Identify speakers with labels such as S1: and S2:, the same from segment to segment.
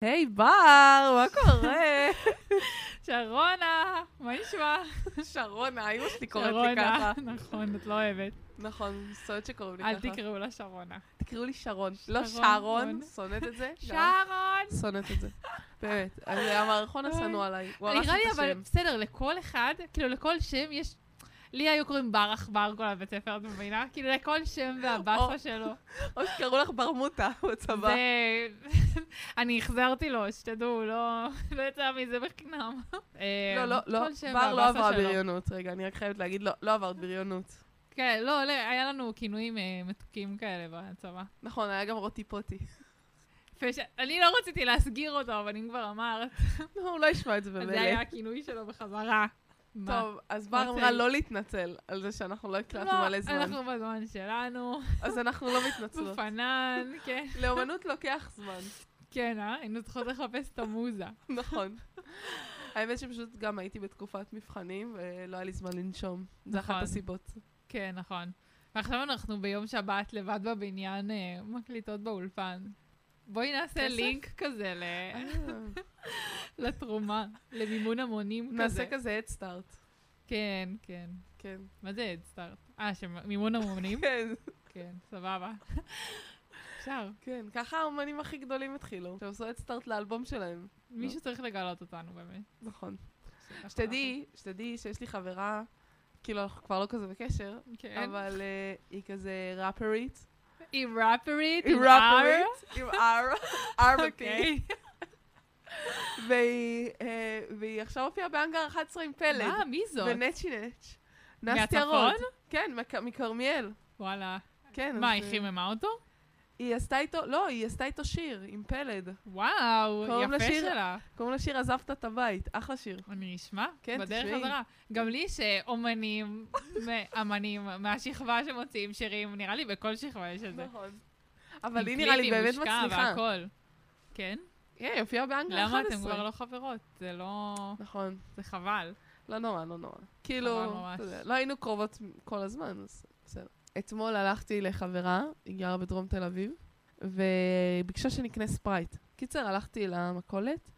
S1: היי בר, מה קורה?
S2: שרונה, מה נשמע?
S1: שרונה, אמא שלי קוראת לי
S2: שרונה,
S1: ככה.
S2: נכון, את לא אוהבת.
S1: נכון, סוד שקוראים לי
S2: אל
S1: ככה.
S2: תקראו לה שרונה.
S1: תקראו לי שרון. לא
S2: שרון,
S1: שרון,
S2: רון.
S1: שונאת את זה. גם.
S2: שרון!
S1: שונאת את זה. באמת, אז המערכון
S2: אוי.
S1: השנוא עליי. הוא הרס
S2: נראה לי
S1: לי את
S2: אה. אבל
S1: השם.
S2: בסדר, לכל אחד, כאילו לכל שם יש... לי היו קוראים בר עכבר כל הבית ספר, את מבינה? כאילו לכל שם
S1: או.
S2: והבאסה שלו.
S1: או שקראו לך ברמוטה בצבא.
S2: זה... אני החזרתי לו, שתדעו, לא לא יצא מזה בחינם. אה,
S1: לא, לא, לא,
S2: כל שם
S1: בר לא
S2: והבאסה
S1: עברה
S2: שלו.
S1: בריונות. רגע, אני רק חייבת להגיד, לא, לא עברת בריונות.
S2: כן, לא, לא, היה לנו כינויים אה, מתוקים כאלה בצבא.
S1: נכון, היה גם רוטי פוטי.
S2: פש... אני לא רציתי להסגיר אותו, אבל אם כבר אמרת,
S1: לא, הוא לא ישמע את זה
S2: אז זה היה
S1: במילא.
S2: הכינוי שלו בחזרה. מה?
S1: טוב, אז בר
S2: מה
S1: אמרה
S2: זה?
S1: לא להתנצל על זה שאנחנו לא
S2: לא,
S1: הקלטנו מלא זמן.
S2: אנחנו בזמן שלנו,
S1: אז אנחנו לא מתנצלות.
S2: בפנן, כן,
S1: לאומנות לוקח זמן.
S2: כן, אה? היינו צריכות לחפש את המוזה.
S1: נכון. האמת שפשוט גם הייתי בתקופת מבחנים, ולא היה לי זמן לנשום. זה אחת
S2: נכון.
S1: הסיבות.
S2: כן, נכון. ועכשיו אנחנו ביום שבת לבד בבניין, אה, מקליטות באולפן. בואי נעשה
S1: כסף?
S2: לינק כזה
S1: אה.
S2: ל- לתרומה, למימון המונים כזה.
S1: נעשה כזה הדסטארט.
S2: כן, כן.
S1: כן.
S2: מה זה הדסטארט? אה, שמימון המונים?
S1: כן,
S2: כן, סבבה. אפשר.
S1: כן. ככה האומנים הכי גדולים התחילו. שהם עשו הדסטארט לאלבום שלהם.
S2: מישהו צריך לגלות אותנו באמת.
S1: נכון. שתדעי, שתדעי שיש לי חברה, כאילו אנחנו כבר לא כזה בקשר,
S2: כן.
S1: אבל אה, היא כזה ראפרית.
S2: עם ראפרית,
S1: היא
S2: עם R.
S1: ראפרית, עם R, R ו-P.
S2: אוקיי.
S1: והיא, אה, והיא עכשיו הופיעה בהאנגר 11 עם פלד.
S2: מה, מי זאת?
S1: ונצ'י נץ'.
S2: מהצפון?
S1: כן, מכ- מכרמיאל.
S2: וואלה.
S1: כן.
S2: מה,
S1: אז,
S2: היא
S1: אה,
S2: חיממה אותו?
S1: היא עשתה איתו, לא, היא עשתה איתו שיר עם פלד.
S2: וואו,
S1: קוראים
S2: יפה
S1: לשיר-
S2: שלה.
S1: קוראים לשיר עזבת את הבית, אחלה שיר.
S2: אני אשמע,
S1: כן,
S2: בדרך
S1: תשמעי.
S2: חזרה. גם לי יש אה, אומנים, מ- אמנים מהשכבה שמוציאים שירים, נראה לי בכל שכבה יש את זה.
S1: נכון. אבל היא
S2: עם
S1: נראה לי
S2: קליפים,
S1: באמת
S2: מושקע
S1: מצליחה.
S2: והכל. כן?
S1: כן, היא הופיעה באנגר 11.
S2: למה אתם כבר לא חברות? זה לא...
S1: נכון.
S2: זה חבל.
S1: לא נורא, לא נורא. כאילו,
S2: ממש.
S1: אתה יודע, לא היינו קרובות כל הזמן, אז בסדר. אתמול הלכתי לחברה, היא גרה בדרום תל אביב, וביקשה שנקנה ספרייט. קיצר, הלכתי למכולת,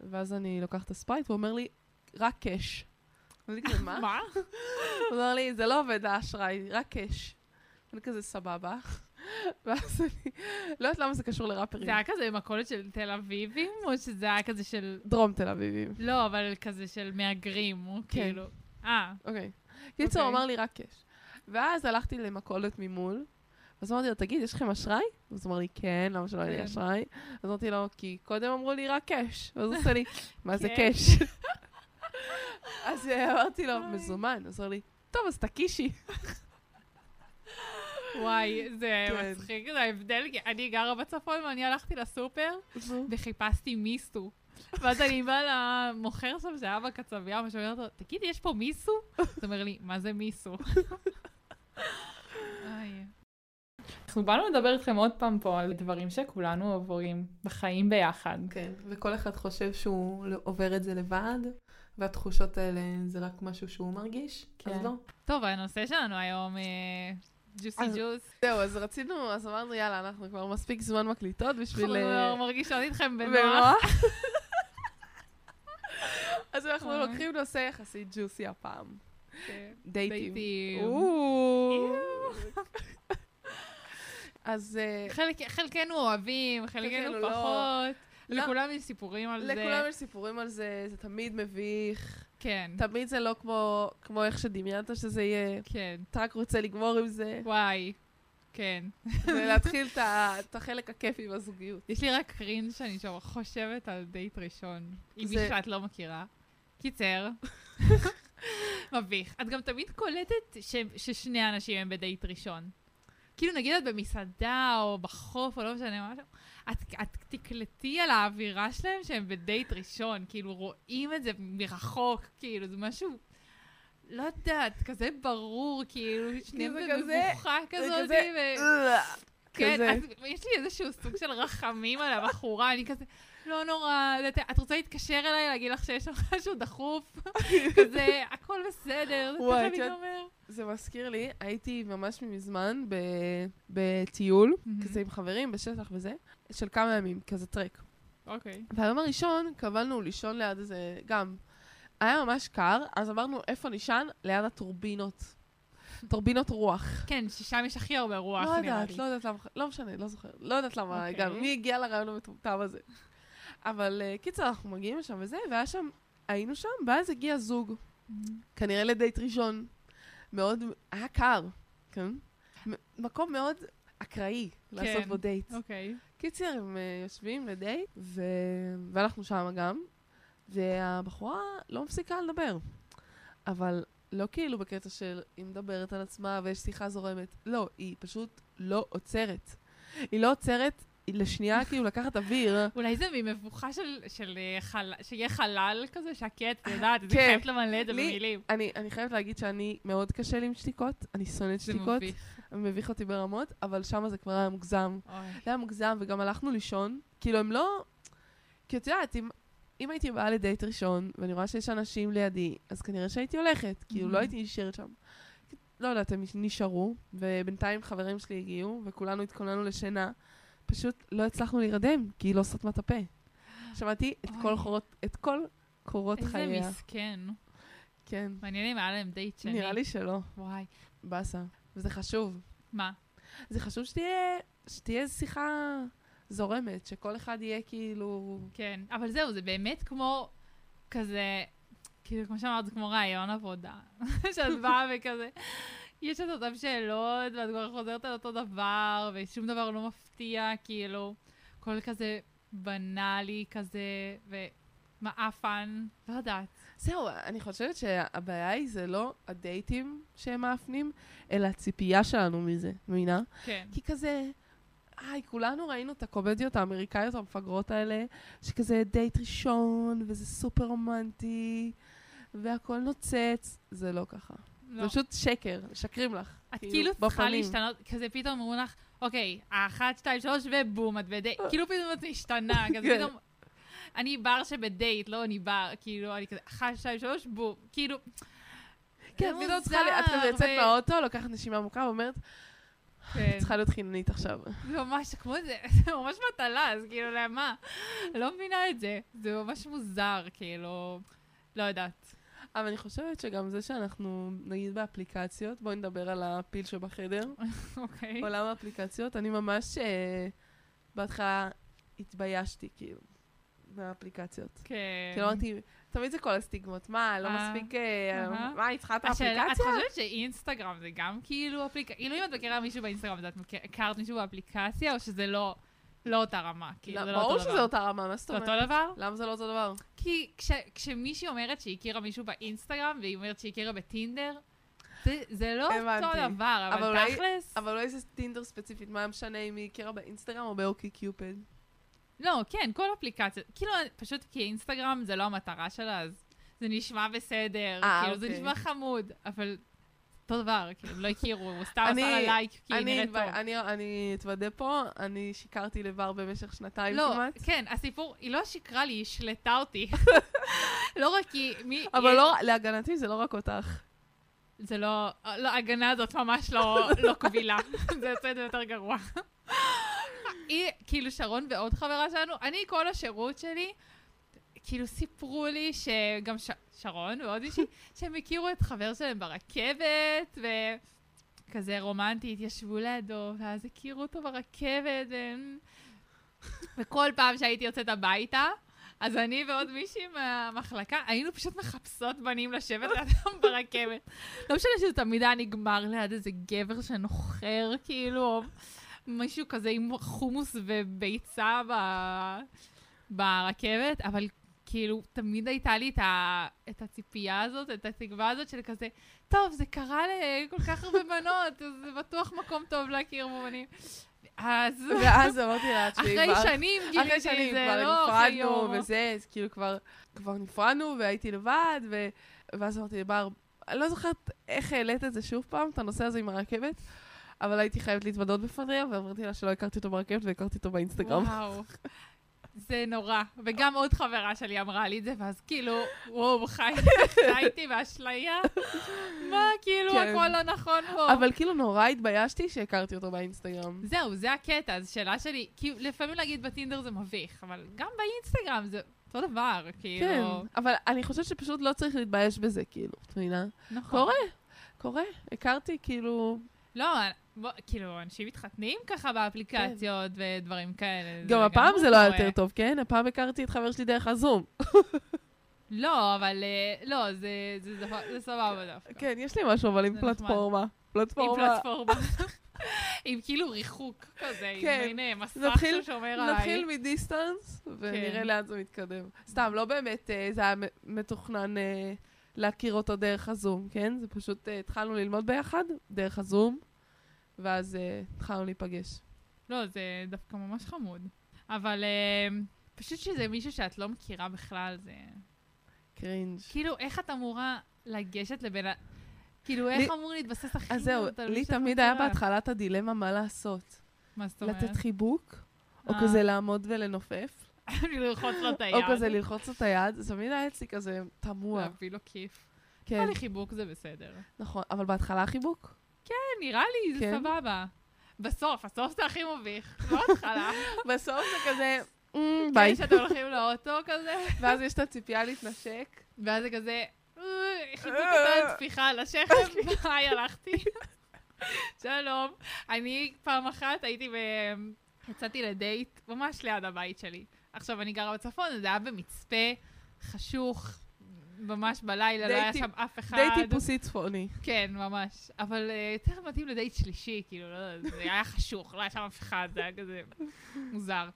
S1: ואז אני לוקחת את הספרייט, והוא אומר לי, רק קאש. אני כזה, מה?
S2: מה?
S1: הוא אמר לי, זה לא עובד האשראי, רק קאש. אני כזה, סבבה. ואז אני, לא יודעת למה זה קשור לראפרים.
S2: זה היה כזה מכולת של תל אביבים, או שזה היה כזה של...
S1: דרום תל אביבים.
S2: לא, אבל כזה של מהגרים, או
S1: כן.
S2: כאילו... אה,
S1: אוקיי. קיצור, הוא
S2: אוקיי.
S1: אמר לי רק קאש. ואז הלכתי למכולת ממול, אז אמרתי לו, תגיד, יש לכם אשראי? אז הוא אמר לי, כן, למה שלא יהיה לי
S2: כן.
S1: אשראי? אז אמרתי לו, כי קודם אמרו לי רק קאש. ואז הוא עושה לי, מה זה
S2: כן.
S1: קאש? אז אה, אמרתי לו,
S2: אוי.
S1: מזומן. אז הוא אמר לי, טוב, אז תקישי.
S2: וואי, זה
S1: כן.
S2: מצחיק, זה ההבדל, כי אני גרה בצפון ואני הלכתי לסופר וחיפשתי מיסו. ואז אני באה למוכר שם שהיה בקצבייה, מה שאומרת לו, תגידי, יש פה מיסו? אז הוא אומר לי, מה זה מיסו? איי. אנחנו באנו לדבר איתכם עוד פעם פה על דברים שכולנו עוברים בחיים ביחד.
S1: כן, וכל אחד חושב שהוא עובר את זה לבד, והתחושות האלה זה רק משהו שהוא מרגיש,
S2: אז כן. לא. טוב, הנושא שלנו היום, אה, ג'וסי
S1: אז-
S2: ג'וס.
S1: זהו, אז רצינו, אז אמרנו, יאללה, אנחנו כבר מספיק זמן מקליטות
S2: אנחנו
S1: בשביל... אה,
S2: כבר מרגישות איתכם בנוח.
S1: בנוח. אז אנחנו
S2: אוי.
S1: לוקחים נושא יחסית ג'וסי הפעם.
S2: כן.
S1: דייטים.
S2: דייטים.
S1: אוו. אז אה,
S2: חלק- חלקנו אוהבים, חלקנו
S1: חלקנו לא.
S2: פחות.
S1: לא.
S2: לכולם יש סיפורים על
S1: לכולם
S2: זה.
S1: יש סיפורים על זה, זה תמיד מביך,
S2: כן,
S1: תמיד זה לא כמו- כמו איך שדמיינת שזה יהיה,
S2: כן.
S1: אתה רק רוצה לגמור עם זה,
S2: וואי. כן.
S1: ולהתחיל את ה- את החלק הכיפי בזוגיות.
S2: יש לי רק קרינג' שאני שם חושבת על דייט ראשון. עם
S1: זה-
S2: מישהו שאת לא מכירה. קיצר. מביך. את גם תמיד קולטת ש... ששני אנשים הם בדייט ראשון. כאילו נגיד את במסעדה או בחוף או לא משנה משהו, את, את תקלטי על האווירה שלהם שהם בדייט ראשון, כאילו רואים את זה מרחוק, כאילו זה משהו, לא יודעת, כזה ברור, כאילו שניהם
S1: זה כזה-
S2: במבוכה
S1: זה
S2: כזאת,
S1: כזה-
S2: ו... כן,
S1: כזה.
S2: אז יש לי איזשהו סוג של רחמים על הבחורה, אני כזה, לא נורא, את, את רוצה להתקשר אליי, להגיד לך שיש לך משהו דחוף? כזה, הכל בסדר, זה
S1: וואי,
S2: ככה
S1: את יודעת-
S2: מתאמר.
S1: זה מזכיר לי, הייתי ממש מזמן ב- בטיול,
S2: מהמם.
S1: כזה עם חברים בשטח וזה, של כמה ימים, כזה טרק.
S2: אוקיי.
S1: והיום הראשון קבלנו לישון ליד איזה, גם, היה ממש קר, אז אמרנו, איפה נישן? ליד הטורבינות. טורבינות רוח.
S2: כן, ששם יש הכי הרבה רוח,
S1: לא
S2: נראה לי.
S1: יודעת, לא יודעת למה, לא משנה, לא זוכרת. לא יודעת למה
S2: אוקיי.
S1: הגענו, מי הגיע לרעיון המטומטם הזה. אבל אה, קיצר, אנחנו מגיעים לשם וזה, והיה שם, היינו שם, ואז הגיע זוג, כנראה לדייט ראשון. מאוד, היה קר, כן? מ- מקום מאוד אקראי לעשות
S2: כן.
S1: בו דייט.
S2: אוקיי.
S1: קיצר, הם אה, יושבים לדייט, ו... ואנחנו שם גם, והבחורה לא מפסיקה לדבר. אבל לא כאילו בקטע של היא מדברת על עצמה ויש שיחה זורמת. לא, היא פשוט לא עוצרת. היא לא עוצרת היא לשנייה כאילו לקחת אוויר.
S2: אולי זה ממבוכה של, של אה, חל... שיהיה חלל כזה, שקט, את יודעת, אני
S1: כן.
S2: חייבת למלא את זה
S1: לי-
S2: במילים.
S1: אני, אני חייבת להגיד שאני מאוד קשה לי עם שתיקות, אני שונאת
S2: זה
S1: שתיקות,
S2: מביך.
S1: מביך אותי ברמות, אבל שם זה כבר היה מוגזם.
S2: אוי.
S1: זה היה מוגזם, וגם הלכנו לישון. כאילו, הם לא... כי את יודעת, אם, אם הייתי באה לדייט ראשון, ואני רואה שיש אנשים לידי, אז כנראה שהייתי הולכת. כאילו, לא
S2: Mhm.
S1: הייתי נשארת שם. לא יודעת, הם נשארו, ובינתיים חברים שלי הגיעו, וכולנו התכוננו לשינה. פשוט לא הצלחנו להירדם, כי היא לא סתמה את הפה. שמעתי את כל
S2: אוי.
S1: חורות, את כל קורות
S2: איזה
S1: חייה.
S2: מסכן.
S1: כן.
S2: מעניין אם היה להם דייט שני.
S1: נראה לי שלא.
S2: וואי.
S1: באסה. וזה חשוב.
S2: מה?
S1: זה חשוב שתהיה, שתהיה שיחה זורמת, שכל אחד יהיה כאילו...
S2: כן. אבל זהו, זה באמת כמו כזה, כאילו, כמו שאמרת, זה כמו רעיון עבודה. שאת באה וכזה, יש את אותן שאלות, ואת כבר חוזרת על אותו דבר, ושום דבר לא מפתיע, כאילו, הכל כזה בנאלי כזה, ומעפן, לא יודעת.
S1: זהו, אני חושבת שהבעיה היא זה לא הדייטים שהם מאפנים, אלא הציפייה שלנו מזה, מבינה?
S2: כן.
S1: כי כזה, היי, כולנו ראינו את הקומדיות האמריקאיות המפגרות האלה, שכזה דייט ראשון, וזה סופר רומנטי, והכל נוצץ. זה לא ככה.
S2: לא.
S1: זה פשוט שקר, משקרים לך.
S2: את כאילו צריכה
S1: בפנים.
S2: להשתנות, כזה פתאום אמרו לך, אוקיי, האחת, שתיים, שלוש, ובום, את בדייט. כאילו פתאום את משתנה, כזה
S1: אה. כן.
S2: פתאום... אני בר שבדייט, לא אני בר, כאילו, אני כזה, אחת, שתיים, שלוש, בום. כאילו,
S1: כן,
S2: זה
S1: פתאום צריכה, ל- את כזה
S2: מוזר,
S1: יוצאת
S2: ו-
S1: מהאוטו, לוקחת נשימה עמוקה ואומרת,
S2: כן,
S1: צריכה להיות חיננית עכשיו.
S2: זה ממש כמו זה, זה ממש מטלה, אז כאילו, למה? לא מבינה את זה. זה ממש מוזר, כאילו, לא יודעת.
S1: אבל אני חושבת שגם זה שאנחנו, נגיד באפליקציות, בואי נדבר על הפיל שבחדר.
S2: אוקיי.
S1: עולם האפליקציות, אני ממש אה, בהתחלה התביישתי, כאילו, מהאפליקציות.
S2: כן.
S1: כאילו אמרתי, תמיד זה כל הסטיגמות, מה, לא
S2: אה,
S1: מספיק, אה,
S2: אהה.
S1: מה, היא צריכה את
S2: השאלה, את
S1: האפליקציה?
S2: חושבת שאינסטגרם זה גם כאילו אפליקציה? כאילו אם את מכירה מישהו באינסטגרם, אז את מכיר- הכרת מישהו באפליקציה, או שזה לא לא אותה רמה? כאילו,
S1: לא,
S2: זה לא
S1: ברור
S2: אותו דבר.
S1: שזה אותה רמה, מה זאת
S2: זה
S1: אומרת?
S2: אותו דבר?
S1: למה זה לא אותו דבר?
S2: כי כש- כשמישהי אומרת שהיא הכירה מישהו באינסטגרם, והיא אומרת שהיא הכירה בטינדר, זה- זה לא
S1: הבנתי.
S2: אותו דבר,
S1: אבל
S2: אבל
S1: אולי-
S2: תכלס...
S1: אבל אולי זה טינדר ספציפית, מה משנה אם היא הכירה באינסטגרם או באוקי קיופד?
S2: לא, כן, כל אפליקציה. כאילו, פשוט כי אינסטגרם זה לא המטרה שלה, אז זה נשמע בסדר.
S1: אה,
S2: כאילו, זה
S1: אוקיי.
S2: נשמע חמוד, אבל אותו דבר, כאילו, לא הכירו, הוא סתם עשה
S1: אני-
S2: לה לייק, כי היא
S1: אני
S2: נראית טוב.
S1: התב- אני- אני אתוודה פה, אני שיקרתי לבר במשך שנתיים
S2: לא,
S1: כמעט.
S2: כן, הסיפור, היא לא שיקרה לי, היא שלטה אותי. לא רק כי... מי,
S1: אבל לא, להגנתי זה לא רק אותך.
S2: זה לא... לא, ההגנה הזאת ממש לא, לא קבילה. זה יוצא את זה יותר גרוע. היא, כאילו, שרון ועוד חברה שלנו, אני, כל השירות שלי, כאילו סיפרו לי שגם ש... שרון ועוד מישהי, שהם הכירו את חבר שלהם ברכבת, וכזה רומנטי, התיישבו לידו, ואז הכירו אותו ברכבת, ו- וכל פעם שהייתי יוצאת הביתה, אז אני ועוד מישהי מהמחלקה, היינו פשוט מחפשות בנים לשבת לידם ברכבת. לא משנה שזה תמיד היה נגמר ליד איזה גבר שנוחר, כאילו, או מישהו כזה עם חומוס וביצה ב... ברכבת, אבל כאילו, תמיד הייתה לי את, ה... את הציפייה הזאת, את התקווה הזאת של כזה, טוב, זה קרה לכל כך הרבה בנות, אז זה בטוח מקום טוב להכיר בו בנים. אז
S1: ואז אמרתי לה, תשמעי,
S2: אחרי
S1: כבר...
S2: שנים גיליתי
S1: אחרי
S2: את זה,
S1: שנים,
S2: לא
S1: כבר
S2: אחרי
S1: נפרדנו
S2: יום.
S1: וזה, אז כאילו כבר, כבר נפרדנו והייתי לבד, ו... ואז אמרתי לבר, אני לא זוכרת איך העלית את זה שוב פעם, את הנושא הזה עם הרכבת, אבל הייתי חייבת להתוודות בפניה, ואמרתי לה שלא הכרתי אותו ברכבת והכרתי אותו באינסטגרם.
S2: וואו. זה נורא. וגם עוד חברה שלי אמרה לי את זה, ואז כאילו, וואו, חי- חייתי באשליה. מה, כאילו,
S1: כן.
S2: הכל לא נכון פה.
S1: אבל כאילו נורא התביישתי שהכרתי אותו באינסטגרם.
S2: זהו, זה הקטע, אז שאלה שלי, כאילו, לפעמים להגיד בטינדר זה מביך, אבל גם באינסטגרם זה אותו דבר, כאילו.
S1: כן, אבל אני חושבת שפשוט לא צריך להתבייש בזה, כאילו, את מבינה?
S2: נכון.
S1: קורה, קורה. הכרתי, כאילו...
S2: לא, בוא, כאילו, אנשים מתחתנים ככה באפליקציות ודברים כאלה.
S1: כן. גם הפעם זה לא היה
S2: קורה. כן.
S1: יותר טוב, כן? הפעם הכרתי את חבר שלי דרך הזום.
S2: לא, אבל אה, לא, זה- זה דבר- זה סבבה דווקא.
S1: כן, יש לי משהו, אבל עם
S2: זה
S1: פלטפורמה.
S2: עם
S1: פלטפורמה.
S2: פלטפורמה. עם כאילו ריחוק כזה, עם
S1: כן.
S2: מין אה, מסך
S1: נתחיל-
S2: ששומר עליי.
S1: נתחיל מדיסטנס, ונראה
S2: כן.
S1: לאן זה מתקדם. סתם, לא באמת אה, זה היה מ- מתוכנן אה, להכיר אותו דרך הזום, כן? זה פשוט אה, התחלנו ללמוד ביחד, דרך הזום, ואז אה, התחלנו להיפגש.
S2: לא, זה דווקא ממש חמוד. אבל אה, פשוט שזה מישהו שאת לא מכירה בכלל, זה...
S1: קרינג'.
S2: כאילו, איך את אמורה לגשת לבן... ה- כאילו,
S1: לי-
S2: איך אמור להתבסס הכי...
S1: אז זהו,
S2: על מי
S1: לי
S2: שאת
S1: תמיד היה
S2: מכירה?
S1: בהתחלת הדילמה מה לעשות.
S2: מה זאת אומרת?
S1: לתת חיבוק, או
S2: אה.
S1: כזה לעמוד ולנופף,
S2: ללחוץ לו את היד.
S1: או כזה ללחוץ את היד, זה תמיד היה אצלי כזה תמוה.
S2: להביא לו כיף.
S1: כן,
S2: נראה לי חיבוק זה בסדר.
S1: נכון, אבל בהתחלה החיבוק?
S2: כן, נראה לי, זה
S1: כן.
S2: סבבה. בסוף, הסוף זה הכי מביך, לא התחלה.
S1: בסוף זה כזה, "אמ, ביי.
S2: ביי. שאתם הולכים לאוטו כזה,
S1: ואז יש את הציפייה להתנשק.
S2: ואז זה כזה, "אה, חיבוק אותן, טפיחה על השכם, ביי, הלכתי. שלום. אני פעם אחת הייתי ב... יצאתי לדייט ממש ליד הבית שלי. עכשיו, אני גרה בצפון, אז זה היה במצפה חשוך, ממש בלילה, לא היה
S1: דייטים-
S2: שם אף אחד.
S1: די טיפוסי צפוני.
S2: כן, ממש. אבל אה, יותר מתאים לדייט שלישי, כאילו, לא יודע, זה היה חשוך, לא היה שם אף אחד, זה היה כזה מוזר.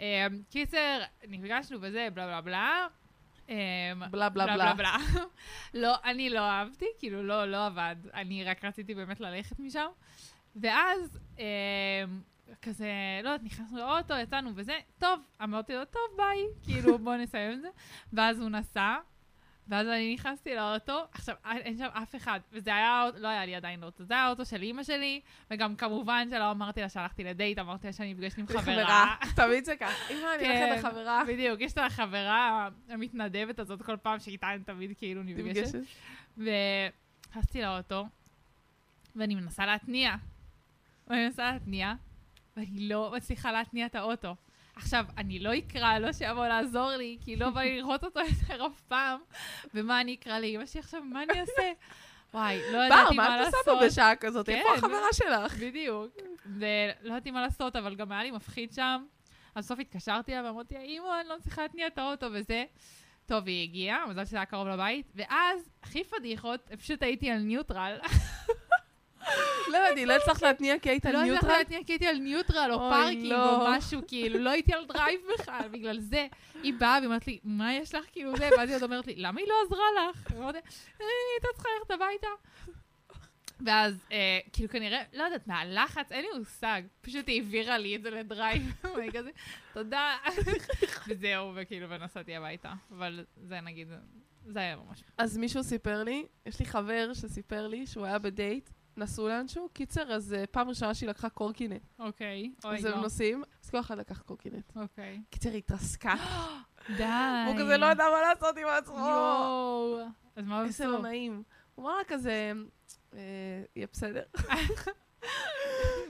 S2: אה, קיצר, נפגשנו וזה, בלה בלה בלה. אה,
S1: בלה בלה בלה.
S2: בלה. לא, אני לא אהבתי, כאילו, לא, לא עבד. אני רק רציתי באמת ללכת משם. ואז, אה, כזה, לא יודעת, נכנסנו לאוטו, יצאנו וזה, טוב, אמרתי לו, טוב, ביי, כאילו, בוא נסיים את זה. ואז הוא נסע, ואז אני נכנסתי לאוטו, עכשיו, אין- אין שם אף אחד, וזה היה, לא היה לי עדיין אוטו, זה היה האוטו של אימא שלי, וגם כמובן שלא אמרתי לה שהלכתי לדייט, אמרתי לה שאני נפגשת עם חברה.
S1: תמיד זה ככה. אמא, אני
S2: כן.
S1: הולכת לחברה.
S2: בדיוק, יש את החברה המתנדבת הזאת כל פעם שאיתה אני תמיד כאילו נפגשת.
S1: נפגשת.
S2: ונכנסתי לאוטו, ואני מנסה להתניע. ואני מנסה להתניע, ואני לא מצליחה להתניע את האוטו. עכשיו, אני לא אקרא, לא שיבוא לעזור לי, כי לא בא לי לראות אותו יותר אף פעם. ומה אני אקרא לאמא שלי עכשיו? מה אני אעשה? וואי, לא
S1: בר,
S2: ידעתי
S1: מה
S2: מה
S1: את עושה
S2: לעשות.
S1: פה בשעה כזאת? איפה
S2: כן.
S1: החברה שלך?
S2: בדיוק. ולא ידעתי מה לעשות, אבל גם היה לי מפחיד שם. אז בסוף התקשרתי אליה ואמרתי לה, אימא, אני לא מצליחה להתניע את האוטו וזה. טוב, היא הגיעה, מזל שזה היה קרוב לבית, ואז, הכי פדיחות, פשוט הייתי על ניוטרל.
S1: לא יודעת, לא הצלחת להתניע כי היית
S2: לא הצלחתי
S1: ניוטרל?
S2: להתניע, כי הייתי על ניוטרל או
S1: אוי,
S2: פארקינג
S1: לא.
S2: או משהו, כאילו, לא הייתי על דרייב בכלל, בגלל זה. היא באה ואומרת לי, מה יש לך כאילו זה? ואז היא עוד אומרת לי, למה היא לא עזרה לך? ואמרתי, "אה, היא הייתה צריכה ללכת הביתה. ואז, אה, כאילו, כנראה, לא יודעת, מהלחץ, אין לי מושג. פשוט היא העבירה לי את זה לדרייב, ואני כזה, תודה. וזהו, וכאילו, ונסעתי הביתה. אבל זה, נגיד, זה היה ממש...
S1: אז מישהו סיפר לי, יש לי חבר שסיפר לי שהוא היה בדייט, נסעו לאנשהו. קיצר, אז אה, פעם ראשונה שהיא לקחה קורקינט.
S2: אוקיי, אוי,
S1: אז
S2: לא.
S1: הם נוסעים, אז כל אחד לקח קורקינט.
S2: אוקיי.
S1: קיצר, היא התרסקה.
S2: די.
S1: הוא כזה לא ידע מה לעשות עם עצמו.
S2: יואו. אז מה
S1: איזה לא
S2: עשו?
S1: נעים. הוא אמר לה כזה, אה, יהיה בסדר.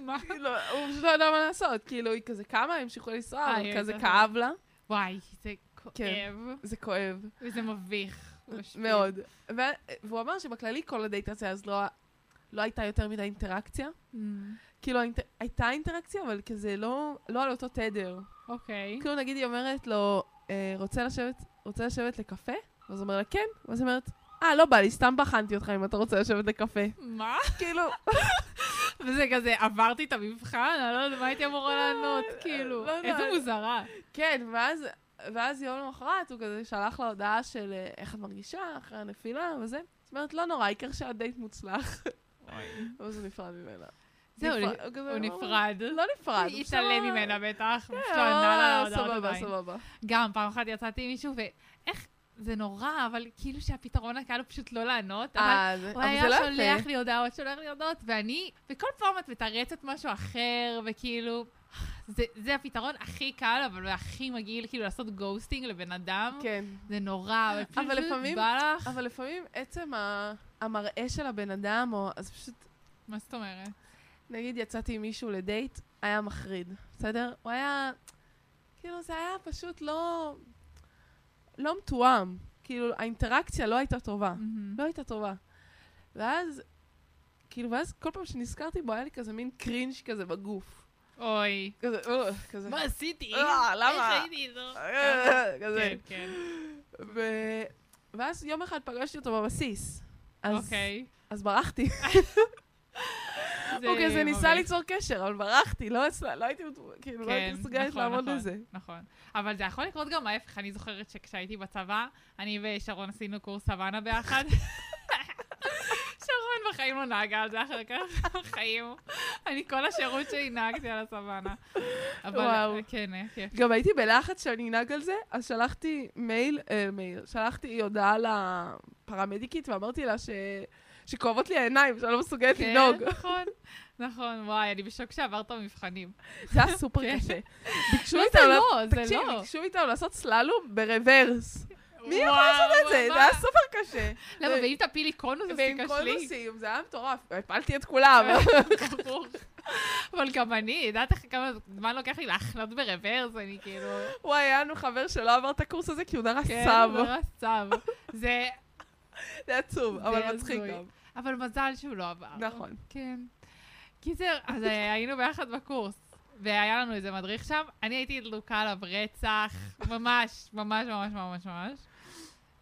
S2: מה?
S1: כאילו, הוא פשוט לא ידע מה לעשות. כאילו, היא כזה קמה, המשיכו לנסוע,
S2: אה,
S1: אבל
S2: היא
S1: כזה
S2: ככה.
S1: כאב לה.
S2: וואי, זה
S1: כן.
S2: כואב,
S1: זה כואב
S2: וזה מביך. משפיל.
S1: מאוד. ו- והוא אמר שבכללי כל הדייט הזה, אז לא- לא הייתה יותר מדי אינטראקציה.
S2: Mm,
S1: כאילו, האינט- הייתה אינטראקציה, אבל כזה לא לא על אותו תדר.
S2: אוקיי.
S1: כאילו, נגיד, היא אומרת לו, אה, רוצה לשבת רוצה לשבת לקפה? ואז הוא אומר לה, כן. ואז היא אומרת, אה, לא בא לי, סתם בחנתי אותך אם אתה רוצה לשבת לקפה.
S2: מה?
S1: כאילו,
S2: וזה כזה, עברתי את המבחן, אני לא יודעת מה הייתי אמורה לענות, כאילו.
S1: לא יודעת.
S2: איזה מוזרה.
S1: כן, ואז, ואז יום למחרת הוא כזה שלח לה הודעה של אה, איך את מרגישה אחרי הנפילה וזה. זאת אומרת, לא נורא, העיקר שהדייט מוצלח. ואז הוא נפרד ממנה.
S2: זהו,
S1: נפרד- כזה,
S2: הוא
S1: אמר,
S2: נפרד.
S1: לא נפרד.
S2: היא
S1: הוא פשוט
S2: התעלם
S1: אמר,
S2: ממנה בטח,
S1: "כן,
S2: פשוט לא ענה לה על
S1: אה,
S2: הודעות
S1: סבבה,
S2: עדיין.
S1: סבבה.
S2: גם פעם אחת יצאתי עם מישהו, ואיך, זה נורא, אבל כאילו שהפתרון הקל הוא פשוט לא לענות, אבל
S1: אה, זה-
S2: הוא
S1: אבל זה לא
S2: היה
S1: יפה.
S2: שולח לי הודעות, שולח לי הודעות, ואני, וכל פעם את מתרצת משהו אחר, וכאילו, זה, זה הפתרון הכי קל, אבל הוא הכי מגעיל, כאילו לעשות גוסטינג לבן אדם.
S1: כן.
S2: זה נורא, אבל פשוט פשוט
S1: לפעמים-
S2: בא לך.
S1: אבל לפעמים עצם ה- המראה של הבן אדם, או... אז פשוט
S2: מה זאת אומרת?
S1: נגיד יצאתי עם מישהו לדייט, היה מחריד, בסדר? הוא היה... כאילו, זה היה פשוט לא... לא מתואם. כאילו, האינטראקציה לא הייתה טובה.
S2: מהמם.
S1: לא הייתה טובה. ואז, כאילו, ואז כל פעם שנזכרתי בו, היה לי כזה מין קרינג' כזה בגוף.
S2: אוי.
S1: כזה, אה, כזה.
S2: מה עשיתי?
S1: אה, למה?
S2: איך הייתי איתו?
S1: אה, כזה.
S2: כן, כן.
S1: ו... ואז יום אחד פגשתי אותו בבסיס. אז,
S2: אוקיי.
S1: אז ברחתי.
S2: זה
S1: הוא כזה ניסה
S2: מביך.
S1: ליצור קשר, אבל ברחתי, לא הצל- לא הייתי מת- כאילו, לא
S2: כן,
S1: הייתי מסוגלת
S2: נכון,
S1: לעמוד
S2: נכון.
S1: בזה.
S2: נכון. אבל זה יכול לקרות גם ההפך, אני זוכרת שכשהייתי בצבא, אני ושרון עשינו קורס סוואנה ביחד. שרון בחיים לא נהגה על זה אחר כך, בחיים. אני כל השירות שלי נהגתי על הסוואנה. אבל,
S1: וואו.
S2: כן, היה כיף.
S1: גם הייתי בלחץ שאני אנהג על זה, אז שלחתי מייל, אה, מייל, שלחתי הודעה לפרמדיקית ואמרתי לה ש... שכואבות לי העיניים, שאני לא מסוגלת
S2: כן,
S1: לנהוג.
S2: נכון, נכון, וואי, אני בשוק שעברת מבחנים.
S1: זה היה סופר
S2: כן.
S1: קשה. ביקשו
S2: לא, זה
S1: מאיתנו, לעשות-
S2: לא, זה
S1: תקשיב,
S2: לא.
S1: ביקשו מאיתנו לעשות סללום ברוורס. מי יכול
S2: וואו,
S1: לעשות את זה? זה
S2: מה?
S1: היה סופר קשה.
S2: למה, ואם תפילי קונוס, אז
S1: ועם
S2: תיכשלי.
S1: קונוסים, זה היה מטורף. הפלתי את כולם.
S2: אה. ברור. אבל גם אני, יודעת איך כמה זמן לוקח לי להחנות ברוורס, אני כאילו...
S1: וואי, היה לנו חבר שלא עבר את הקורס הזה כי הוא נראה
S2: כן,
S1: סב.
S2: זה לא סב. זה...
S1: זה עצוב,
S2: זה
S1: אבל מצחיק
S2: הזוי.
S1: גם.
S2: אבל מזל שהוא לא עבר.
S1: נכון.
S2: כן. קיצר, אז אה, היינו ביחד בקורס, והיה לנו איזה מדריך שם, אני הייתי דלוקה עליו רצח, ממש, ממש, ממש, ממש, ממש.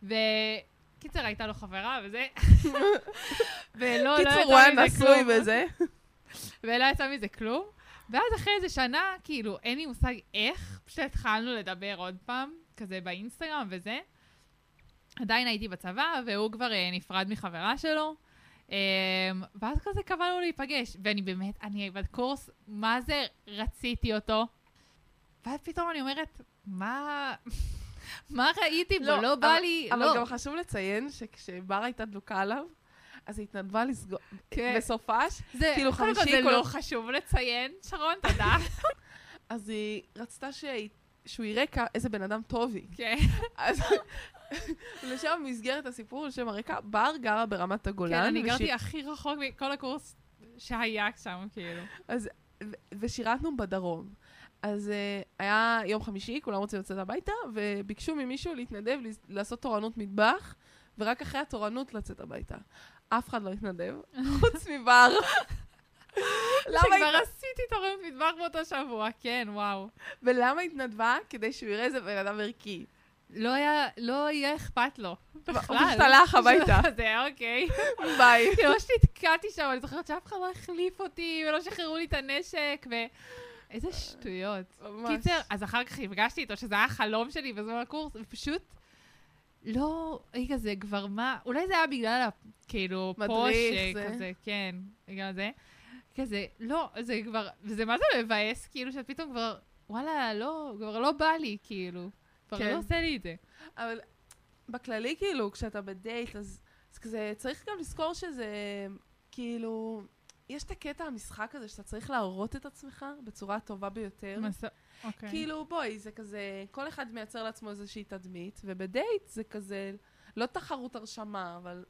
S2: וקיצר, הייתה לו חברה וזה, ולא, לא
S1: קיצור,
S2: יצא
S1: הוא היה
S2: מזה
S1: נשוי
S2: כלום.
S1: וזה.
S2: ולא יצא מזה כלום. ואז אחרי איזה שנה, כאילו, אין לי מושג איך, פשוט התחלנו לדבר עוד פעם, כזה באינסטגרם וזה. עדיין הייתי בצבא, והוא כבר אה, נפרד מחברה שלו. אה, ואז כזה קבענו להיפגש, ואני באמת, אני בקורס, מה זה רציתי אותו? ואז פתאום אני אומרת, מה... מה ראיתי בו?
S1: לא,
S2: לא, בא
S1: אבל-
S2: לי...
S1: אבל
S2: לא.
S1: גם חשוב לציין שכשבר הייתה דלוקה עליו, אז היא התנדבה לסגור,
S2: כן.
S1: בסופש,
S2: זה,
S1: כאילו,
S2: קודם כל,
S1: חמישי
S2: זה
S1: כל-
S2: לא חשוב לציין, שרון, תודה.
S1: אז היא רצתה שהיא- שהוא יראה כ- איזה בן אדם טוב היא.
S2: כן.
S1: אז לשם מסגרת הסיפור, לשם הרקע, בר גרה ברמת הגולן.
S2: כן, אני
S1: וש-
S2: גרתי הכי רחוק מכל הקורס שהיה שם, כאילו.
S1: ו- ושירתנו בדרום. אז uh, היה יום חמישי, כולם רוצים לצאת הביתה, וביקשו ממישהו להתנדב לס- לעשות תורנות מטבח, ורק אחרי התורנות לצאת הביתה. אף אחד לא התנדב, חוץ מבר. למה
S2: שכבר
S1: היא...
S2: עשיתי תורנות מטבח באותו שבוע, כן, וואו.
S1: ולמה היא התנדבה? כדי שהוא יראה איזה בן אדם ערכי.
S2: לא היה, לא יהיה אכפת לו. בכלל.
S1: הוא פשוט הלך הביתה.
S2: זה היה אוקיי.
S1: ביי.
S2: כאילו, ממש נתקעתי שם, אני זוכרת שאף אחד לא החליף אותי, ולא שחררו לי את הנשק, ו... איזה שטויות.
S1: ממש.
S2: קיצר, אז אחר כך נפגשתי איתו, שזה היה החלום שלי בזמן הקורס, ופשוט לא, היא כזה כבר מה, אולי זה היה בגלל, ה- כאילו,
S1: מדריך,
S2: פוש,
S1: זה.
S2: כזה, כן, בגלל זה. כזה, לא, זה כבר, וזה מה זה מבאס, כאילו, שאת פתאום כבר, וואלה, לא, כבר לא בא לי, כאילו. כבר
S1: כן.
S2: לא עושה לי את זה.
S1: אבל בכללי, כאילו, כשאתה בדייט, אז, אז כזה, צריך גם לזכור שזה, כאילו, יש את הקטע המשחק הזה שאתה צריך להראות את עצמך בצורה הטובה ביותר.
S2: מסע- אוקיי.
S1: כן. כאילו, בואי, זה כזה, כל אחד מייצר לעצמו איזושהי תדמית, ובדייט זה כזה, לא תחרות הרשמה, אבל,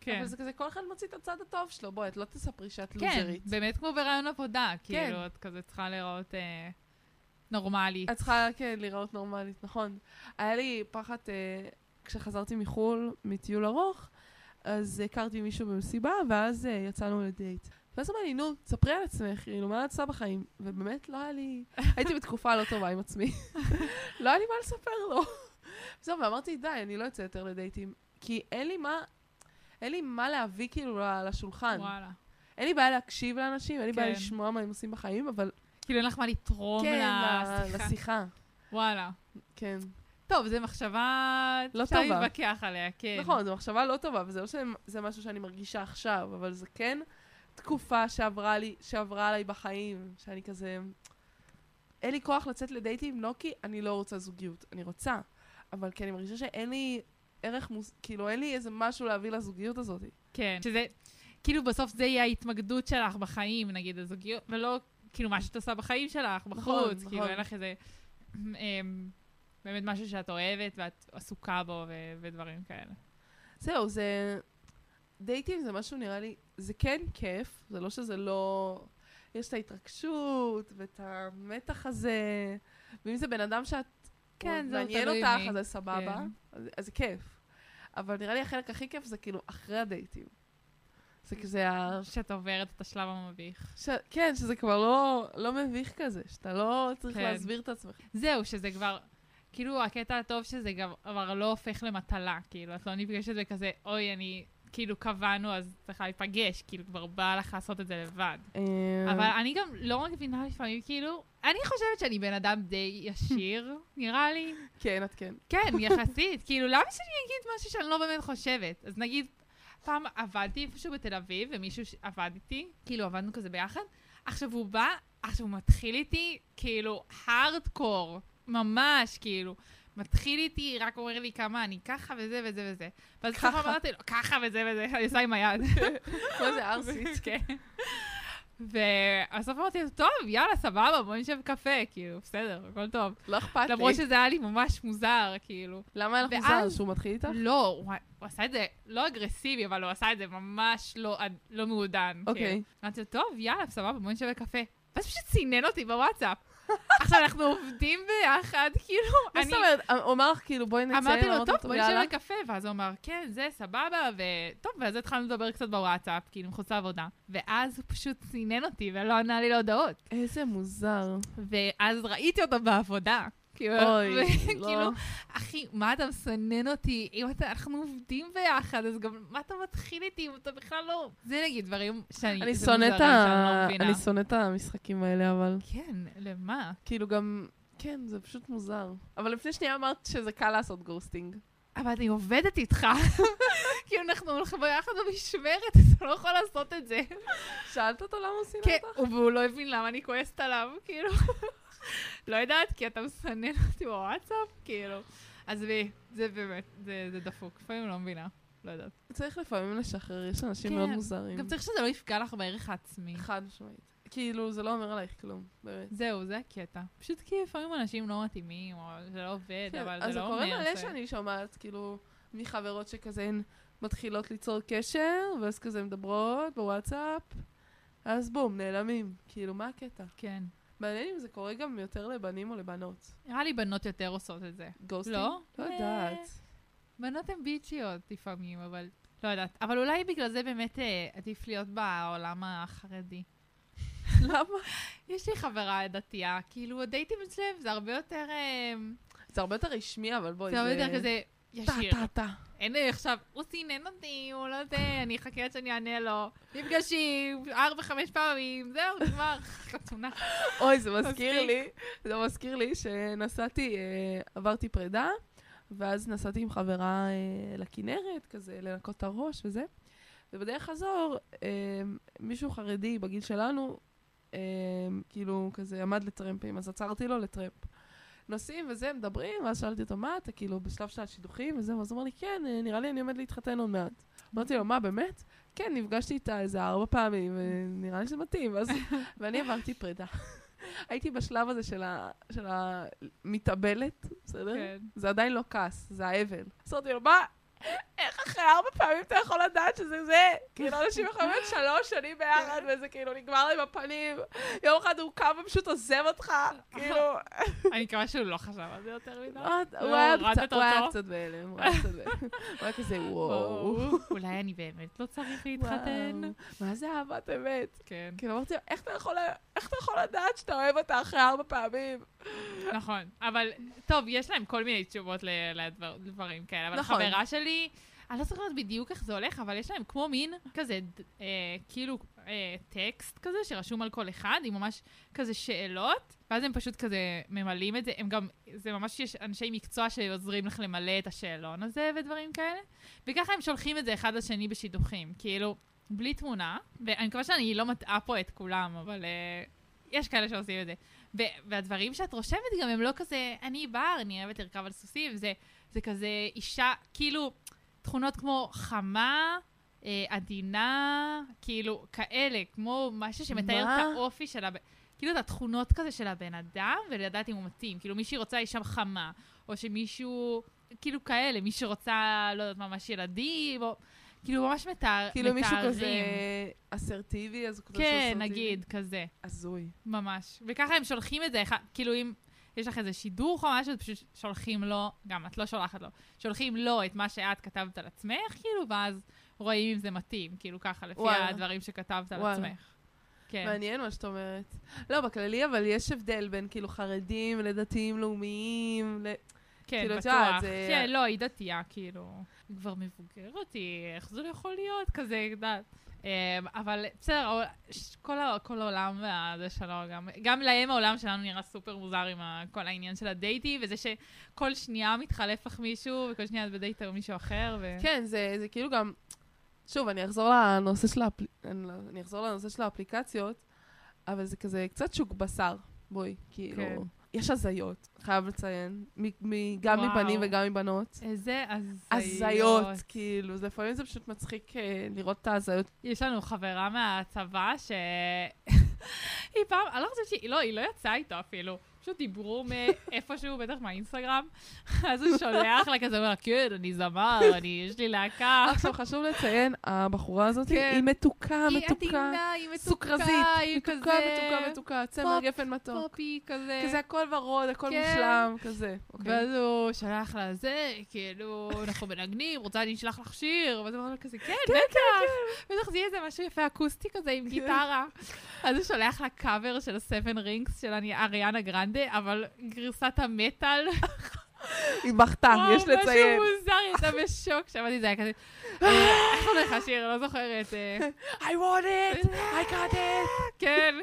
S1: כן.
S2: כן.
S1: אבל זה כזה, כל אחד מוציא את הצד הטוב שלו, בואי, את לא תספרי שאת
S2: כן,
S1: לוזרית.
S2: באמת כמו ברעיון עבודה,
S1: כן.
S2: כאילו, את כזה צריכה להיראות אה, נורמלית.
S1: את צריכה, כן, להיראות נורמלית, נכון. היה לי פחד, אה, כשחזרתי מחו"ל, מטיול ארוך, אז הכרתי מישהו במסיבה, ואז אה, יצאנו לדייט. ואז אמר לי, נו, תספרי על עצמך, כאילו, מה את עושה בחיים? ובאמת לא היה לי... הייתי בתקופה לא טובה עם עצמי. לא היה לי מה לספר לו. זהו, ואמרתי, די, אני לא אצא יותר לדייטים, כי אין לי מה... אין לי מה להביא כאילו ל- לשולחן.
S2: וואלה.
S1: אין לי בעיה להקשיב לאנשים, אין לי בעיה
S2: כן.
S1: לשמוע מה הם עושים בחיים, אבל
S2: כאילו, אין לך מה לתרום
S1: כן, ל-
S2: לשיחה.
S1: לשיחה.
S2: וואלה.
S1: כן.
S2: טוב, זו מחשבה...
S1: לא
S2: אפשר
S1: טובה.
S2: להתווכח עליה, כן.
S1: נכון, זו מחשבה לא טובה, וזה לא שזה משהו שאני מרגישה עכשיו, אבל זה כן תקופה שעברה, לי, שעברה עליי בחיים, שאני כזה... אין לי כוח לצאת לדייטים, לא כי אני לא רוצה זוגיות, אני רוצה, אבל כי אני מרגישה שאין לי ערך מוס... כאילו, אין לי איזה משהו להביא לזוגיות הזאת.
S2: כן. שזה, כאילו בסוף זה יהיה ההתמקדות שלך בחיים, נגיד, הזוגיות, ולא כאילו, מה שאת עושה בחיים שלך,
S1: נכון,
S2: בחוץ, כאילו,
S1: נכון.
S2: אין לך איזה... אמ, באמת משהו שאת אוהבת ואת עסוקה בו ו- ודברים כאלה.
S1: זהו, זה... דייטים זה משהו, נראה לי, זה כן כיף, זה לא שזה לא... יש את ההתרגשות ואת המתח הזה, ואם זה בן אדם שאת...
S2: כן,
S1: הוא
S2: זה
S1: מעניין
S2: תלוי
S1: אותך,
S2: מי.
S1: אז זה סבבה,
S2: כן.
S1: אז, אז זה כיף. אבל נראה לי החלק הכי כיף זה כאילו אחרי הדייטים. זה כזה ה...
S2: שאת עוברת את השלב המביך.
S1: ש... כן, שזה כבר לא, לא מביך כזה, שאתה לא צריך
S2: כן.
S1: להסביר את עצמך.
S2: זהו, שזה כבר... כאילו, הקטע הטוב שזה גם- כבר לא הופך למטלה, כאילו, את לא נפגשת בכזה, אוי, אני... כאילו, קבענו, אז צריכה להיפגש, כאילו, כבר בא לך לעשות את זה לבד. אבל אני גם לא מבינה לפעמים, כאילו, אני חושבת שאני בן אדם די ישיר, נראה לי.
S1: כן, את כן.
S2: כן, יחסית. כאילו, למה שאני אגיד משהו שאני לא באמת חושבת? אז נגיד, פעם עבדתי איפשהו בתל אביב, ומישהו ש- עבד איתי, כאילו, עבדנו כזה ביחד. עכשיו הוא בא, עכשיו הוא מתחיל איתי, כאילו, הארדקור, ממש, כאילו. מתחיל איתי, רק אומר לי כמה אני ככה וזה וזה וזה. ואז ככה
S1: ככה.
S2: אמרתי לו, ככה וזה וזה, אני עושה עם היד.
S1: כמו זה ארסית.
S2: כן. ובסוף אמרתי לו, טוב, יאללה, סבבה, בוא נשב קפה, כאילו, בסדר, הכל טוב.
S1: לא אכפת
S2: למרות
S1: לי.
S2: שזה היה לי ממש מוזר, כאילו.
S1: למה היה לך מוזר
S2: ואז-
S1: שהוא מתחיל איתך?
S2: לא, הוא- הוא עשה את זה לא אגרסיבי, אבל הוא עשה את זה ממש לא- לא מעודן.
S1: אוקיי.
S2: כן. אמרתי לו, טוב, יאללה, סבבה, בוא נשב לקפה. ואז פשוט סינן אותי בוואטסאפ. עכשיו, אנחנו עובדים ביחד, כאילו,
S1: מה
S2: אני...
S1: זאת אומרת? הוא אמר לך, כאילו, בואי נצא,
S2: אמרתי לו,
S1: ואמרת
S2: טוב, בוא נשב
S1: "יאללה".
S2: לקפה, ואז הוא אמר, כן, זה סבבה, וטוב, ואז התחלנו לדבר קצת בוואטסאפ, כאילו, מחוץ לעבודה. ואז הוא פשוט סינן אותי ולא ענה לי להודעות.
S1: איזה מוזר.
S2: ואז ראיתי אותו בעבודה. כאילו,
S1: אוי, לא.
S2: וכאילו, אחי, מה אתה מסנן אותי? אם אתה, אנחנו עובדים ביחד, אז גם מה אתה מתחיל איתי אם אתה בכלל לא... זה נגיד דברים שאני...
S1: אני
S2: זה
S1: שונא
S2: מוזרים
S1: את
S2: שאני לא
S1: ה-
S2: מבינה.
S1: אני שונא את המשחקים האלה, אבל...
S2: כן, למה?
S1: כאילו גם... כן, זה פשוט מוזר. אבל לפני שנייה אמרת שזה קל לעשות גוסטינג.
S2: אבל אני עובדת איתך. כאילו, אנחנו הולכים ביחד במשמרת, אז אתה לא יכול לעשות את זה.
S1: שאלת אותו למה הוא סינא
S2: כן,
S1: אותך?
S2: והוא לא הבין למה אני כועסת עליו, כאילו. לא יודעת, כי אתה מסנן אותי בוואטסאפ, כאילו. עזבי, זה באמת, זה זה דפוק. לפעמים לא מבינה, לא יודעת.
S1: צריך לפעמים לשחרר, יש אנשים
S2: כן,
S1: מאוד מוזרים.
S2: גם צריך שזה לא יפגע לך בערך העצמי.
S1: חד משמעית. כאילו, זה לא אומר עלייך כלום, באמת.
S2: זהו, זה הקטע. פשוט כי לפעמים אנשים לא מתאימים, או זה לא עובד,
S1: כן,
S2: אבל זה לא
S1: אז זה קורה
S2: אומר
S1: מלא
S2: ש...
S1: שאני שומעת, כאילו, מחברות שכזה הן מתחילות ליצור קשר, ואז כזה מדברות בוואטסאפ, אז בום, נעלמים. כאילו, מה הקטע?
S2: כן.
S1: מעניין אם זה קורה גם יותר לבנים או לבנות.
S2: נראה לי בנות יותר עושות את זה.
S1: גוסטינג?
S2: לא? אה.
S1: לא יודעת.
S2: בנות הן ביצ'יות לפעמים, אבל לא יודעת. אבל אולי בגלל זה באמת אה, עדיף להיות בעולם החרדי.
S1: למה?
S2: יש לי חברה דתייה, כאילו הדייטים אצלם זה הרבה יותר, אה,
S1: זה הרבה יותר רשמי, אבל בואי,
S2: זה הרבה יותר כזה ישיר.
S1: טה, טה, טה.
S2: אין לי עכשיו, הוא סינן אותי, הוא לא זה, אני אחכה עד שאני אענה לו. נפגשים, ארבע, חמש פעמים, זהו, נגמר, חתונה.
S1: אוי, זה מזכיר
S2: מצחיק.
S1: לי, זה מזכיר לי שנסעתי, אה, עברתי פרידה, ואז נסעתי עם חברה אה, לכנרת, כזה לנקות את הראש וזה. ובדרך חזור, אה, מישהו חרדי בגיל שלנו, אה, כאילו, כזה עמד לטרמפים, אז עצרתי לו לטרמפ. נוסעים וזה, מדברים, ואז שאלתי אותו, מה אתה כאילו בשלב של השידוכים וזה, ואז הוא אמר לי, כן, אה, נראה לי אני עומד להתחתן עוד מעט. אמרתי לו, מה, באמת? כן, נפגשתי איתה איזה ארבע פעמים, ונראה לי שזה מתאים. ואז, ואני עברתי פרידה. הייתי בשלב הזה של, ה, של המתאבלת, בסדר?
S2: כן.
S1: זה עדיין לא כעס, זה האבל. אז אמרתי לו, מה? איך אחרי ארבע פעמים אתה יכול לדעת שזה זה? כאילו, אנשים יכולים להיות שלוש שנים ביחד, וזה כאילו נגמר לי בפנים. יום אחד הוא קם ופשוט עוזב אותך, כאילו...
S2: אני מקווה שהוא לא חשב על זה יותר מדי.
S1: עוד- הוא
S2: לא,
S1: היה
S2: הורדת
S1: קצת- הוא היה
S2: אותו?
S1: קצת בהלם, הוא היה קצת בהלם. הוא היה כזה, וואו.
S2: וואו, אולי אני באמת לא צריך להתחתן.
S1: וואו, מה זה אהבת אמת?
S2: כן,
S1: כאילו, אמרתי לו, "איך אתה יכול ל- איך אתה יכול לדעת שאתה אוהב אותה אחרי ארבע פעמים?
S2: נכון. אבל, טוב, יש להם כל מיני תשובות ל- לדבר- לדברים כאלה. אבל
S1: נכון.
S2: החברה שלי, אני לא זוכרת בדיוק איך זה הולך, אבל יש להם כמו מין כזה, ד- אה, כאילו, אה, טקסט כזה שרשום על כל אחד, עם ממש כזה שאלות, ואז הם פשוט כזה ממלאים את זה. הם גם, זה ממש, יש אנשי מקצוע שעוזרים לך למלא את השאלון הזה ודברים כאלה. וככה הם שולחים את זה אחד לשני בשידוכים, כאילו, בלי תמונה, ואני מקווה שאני לא מטעה פה את כולם, אבל אה, יש כאלה שעושים את זה. ו- והדברים שאת רושמת גם הם לא כזה, אני בר, אני אוהבת לרכב על סוסים, זה, זה כזה אישה, כאילו, תכונות כמו חמה, אה, עדינה, כאילו, כאלה, כמו משהו שמתאר
S1: מה?
S2: את האופי של הבן... כאילו, את התכונות כזה של הבן אדם, ולדעת אם הוא מתאים. כאילו, מישהי רוצה אישה חמה, או שמישהו... כאילו כאלה, מי שרוצה, לא יודעת, ממש ילדים, או... כאילו, ממש מתאר...
S1: כאילו מישהו
S2: מתארים.
S1: כזה לא אסרטיבי, אז הוא כותב שהוא
S2: כן,
S1: אסרטיבי.
S2: נגיד, כזה.
S1: הזוי.
S2: ממש. וככה הם שולחים את זה, אחד- כאילו אם יש לך איזה שידוך או משהו, פשוט שולחים לו, גם את לא שולחת לו, שולחים לו את מה שאת כתבת על עצמך, כאילו, ואז רואים אם זה מתאים, כאילו ככה, לפי
S1: וואלה.
S2: הדברים שכתבת על
S1: וואלה.
S2: עצמך. כן.
S1: מעניין מה שאת אומרת. לא, בכללי, אבל יש הבדל בין כאילו חרדים לדתיים לאומיים. ל-
S2: כן,
S1: כאילו, את
S2: בטוח.
S1: יודעת, זה-
S2: כן, לא, היא דתייה, כאילו. היא כבר מבוגרת, היא, איך זה לא יכול להיות? כזה, את יודעת. אמ, אבל בסדר, העול- ש- כל ה- כל העולם והזה שלו, גם- גם להם העולם שלנו נראה סופר מוזר עם ה- כל העניין של הדייטי, וזה שכל שנייה מתחלף לך מישהו, וכל שנייה את בדייט עם מישהו אחר, ו...
S1: כן, זה זה כאילו גם... שוב, אני אחזור לנושא של האפל- אני לא- אני אחזור לנושא של האפליקציות, אבל זה כזה קצת שוק בשר, בואי. כאילו,
S2: כן.
S1: יש הזיות, חייב לציין, מ- מ- גם
S2: וואו.
S1: מבנים וגם מבנות.
S2: איזה הזיות.
S1: הזיות, כאילו, זה- לפעמים זה פשוט מצחיק אה, לראות את ההזיות.
S2: יש לנו חברה מהצבא ש... היא פעם, אני לא חושבת שהיא, לא, היא לא יצאה איתו אפילו. פשוט דיברו מאיפשהו, בטח מהאינסטגרם. אז הוא שולח לה כזה, אומר, לה, כן, אני זמר, אני, יש לי להקה.
S1: עכשיו, חשוב לציין, הבחורה הזאת,
S2: כן.
S1: היא מתוקה, מתוקה,
S2: היא
S1: סוכרזית, מתוקה, מתוקה, מתוקה, צמר
S2: פופ,
S1: גפן מתוק.
S2: פופי כזה.
S1: כזה הכל ורוד, הכל
S2: כן.
S1: מושלם, כזה. אוקיי.
S2: ואז הוא שלח לה זה, כאילו, אנחנו מנגנים, רוצה אני אשלח לך שיר, ואז הוא אמר לו כזה, כן, בטח,
S1: כן.
S2: בטח זה יהיה איזה משהו יפה אקוסטי כזה עם גיטרה. אז הוא שולח לה קאבר של סבן רינקס של אני- אריאנה גרנדה, אבל גרסת המטאל.
S1: היא בכתה,
S2: וואו,
S1: אה, יש לציין.
S2: משהו מוזר, היא הייתה בשוק, שמעתי זה היה כזה, אה, איך הולך השיר, לא זוכרת. אה,
S1: I want it, I got it.
S2: כן,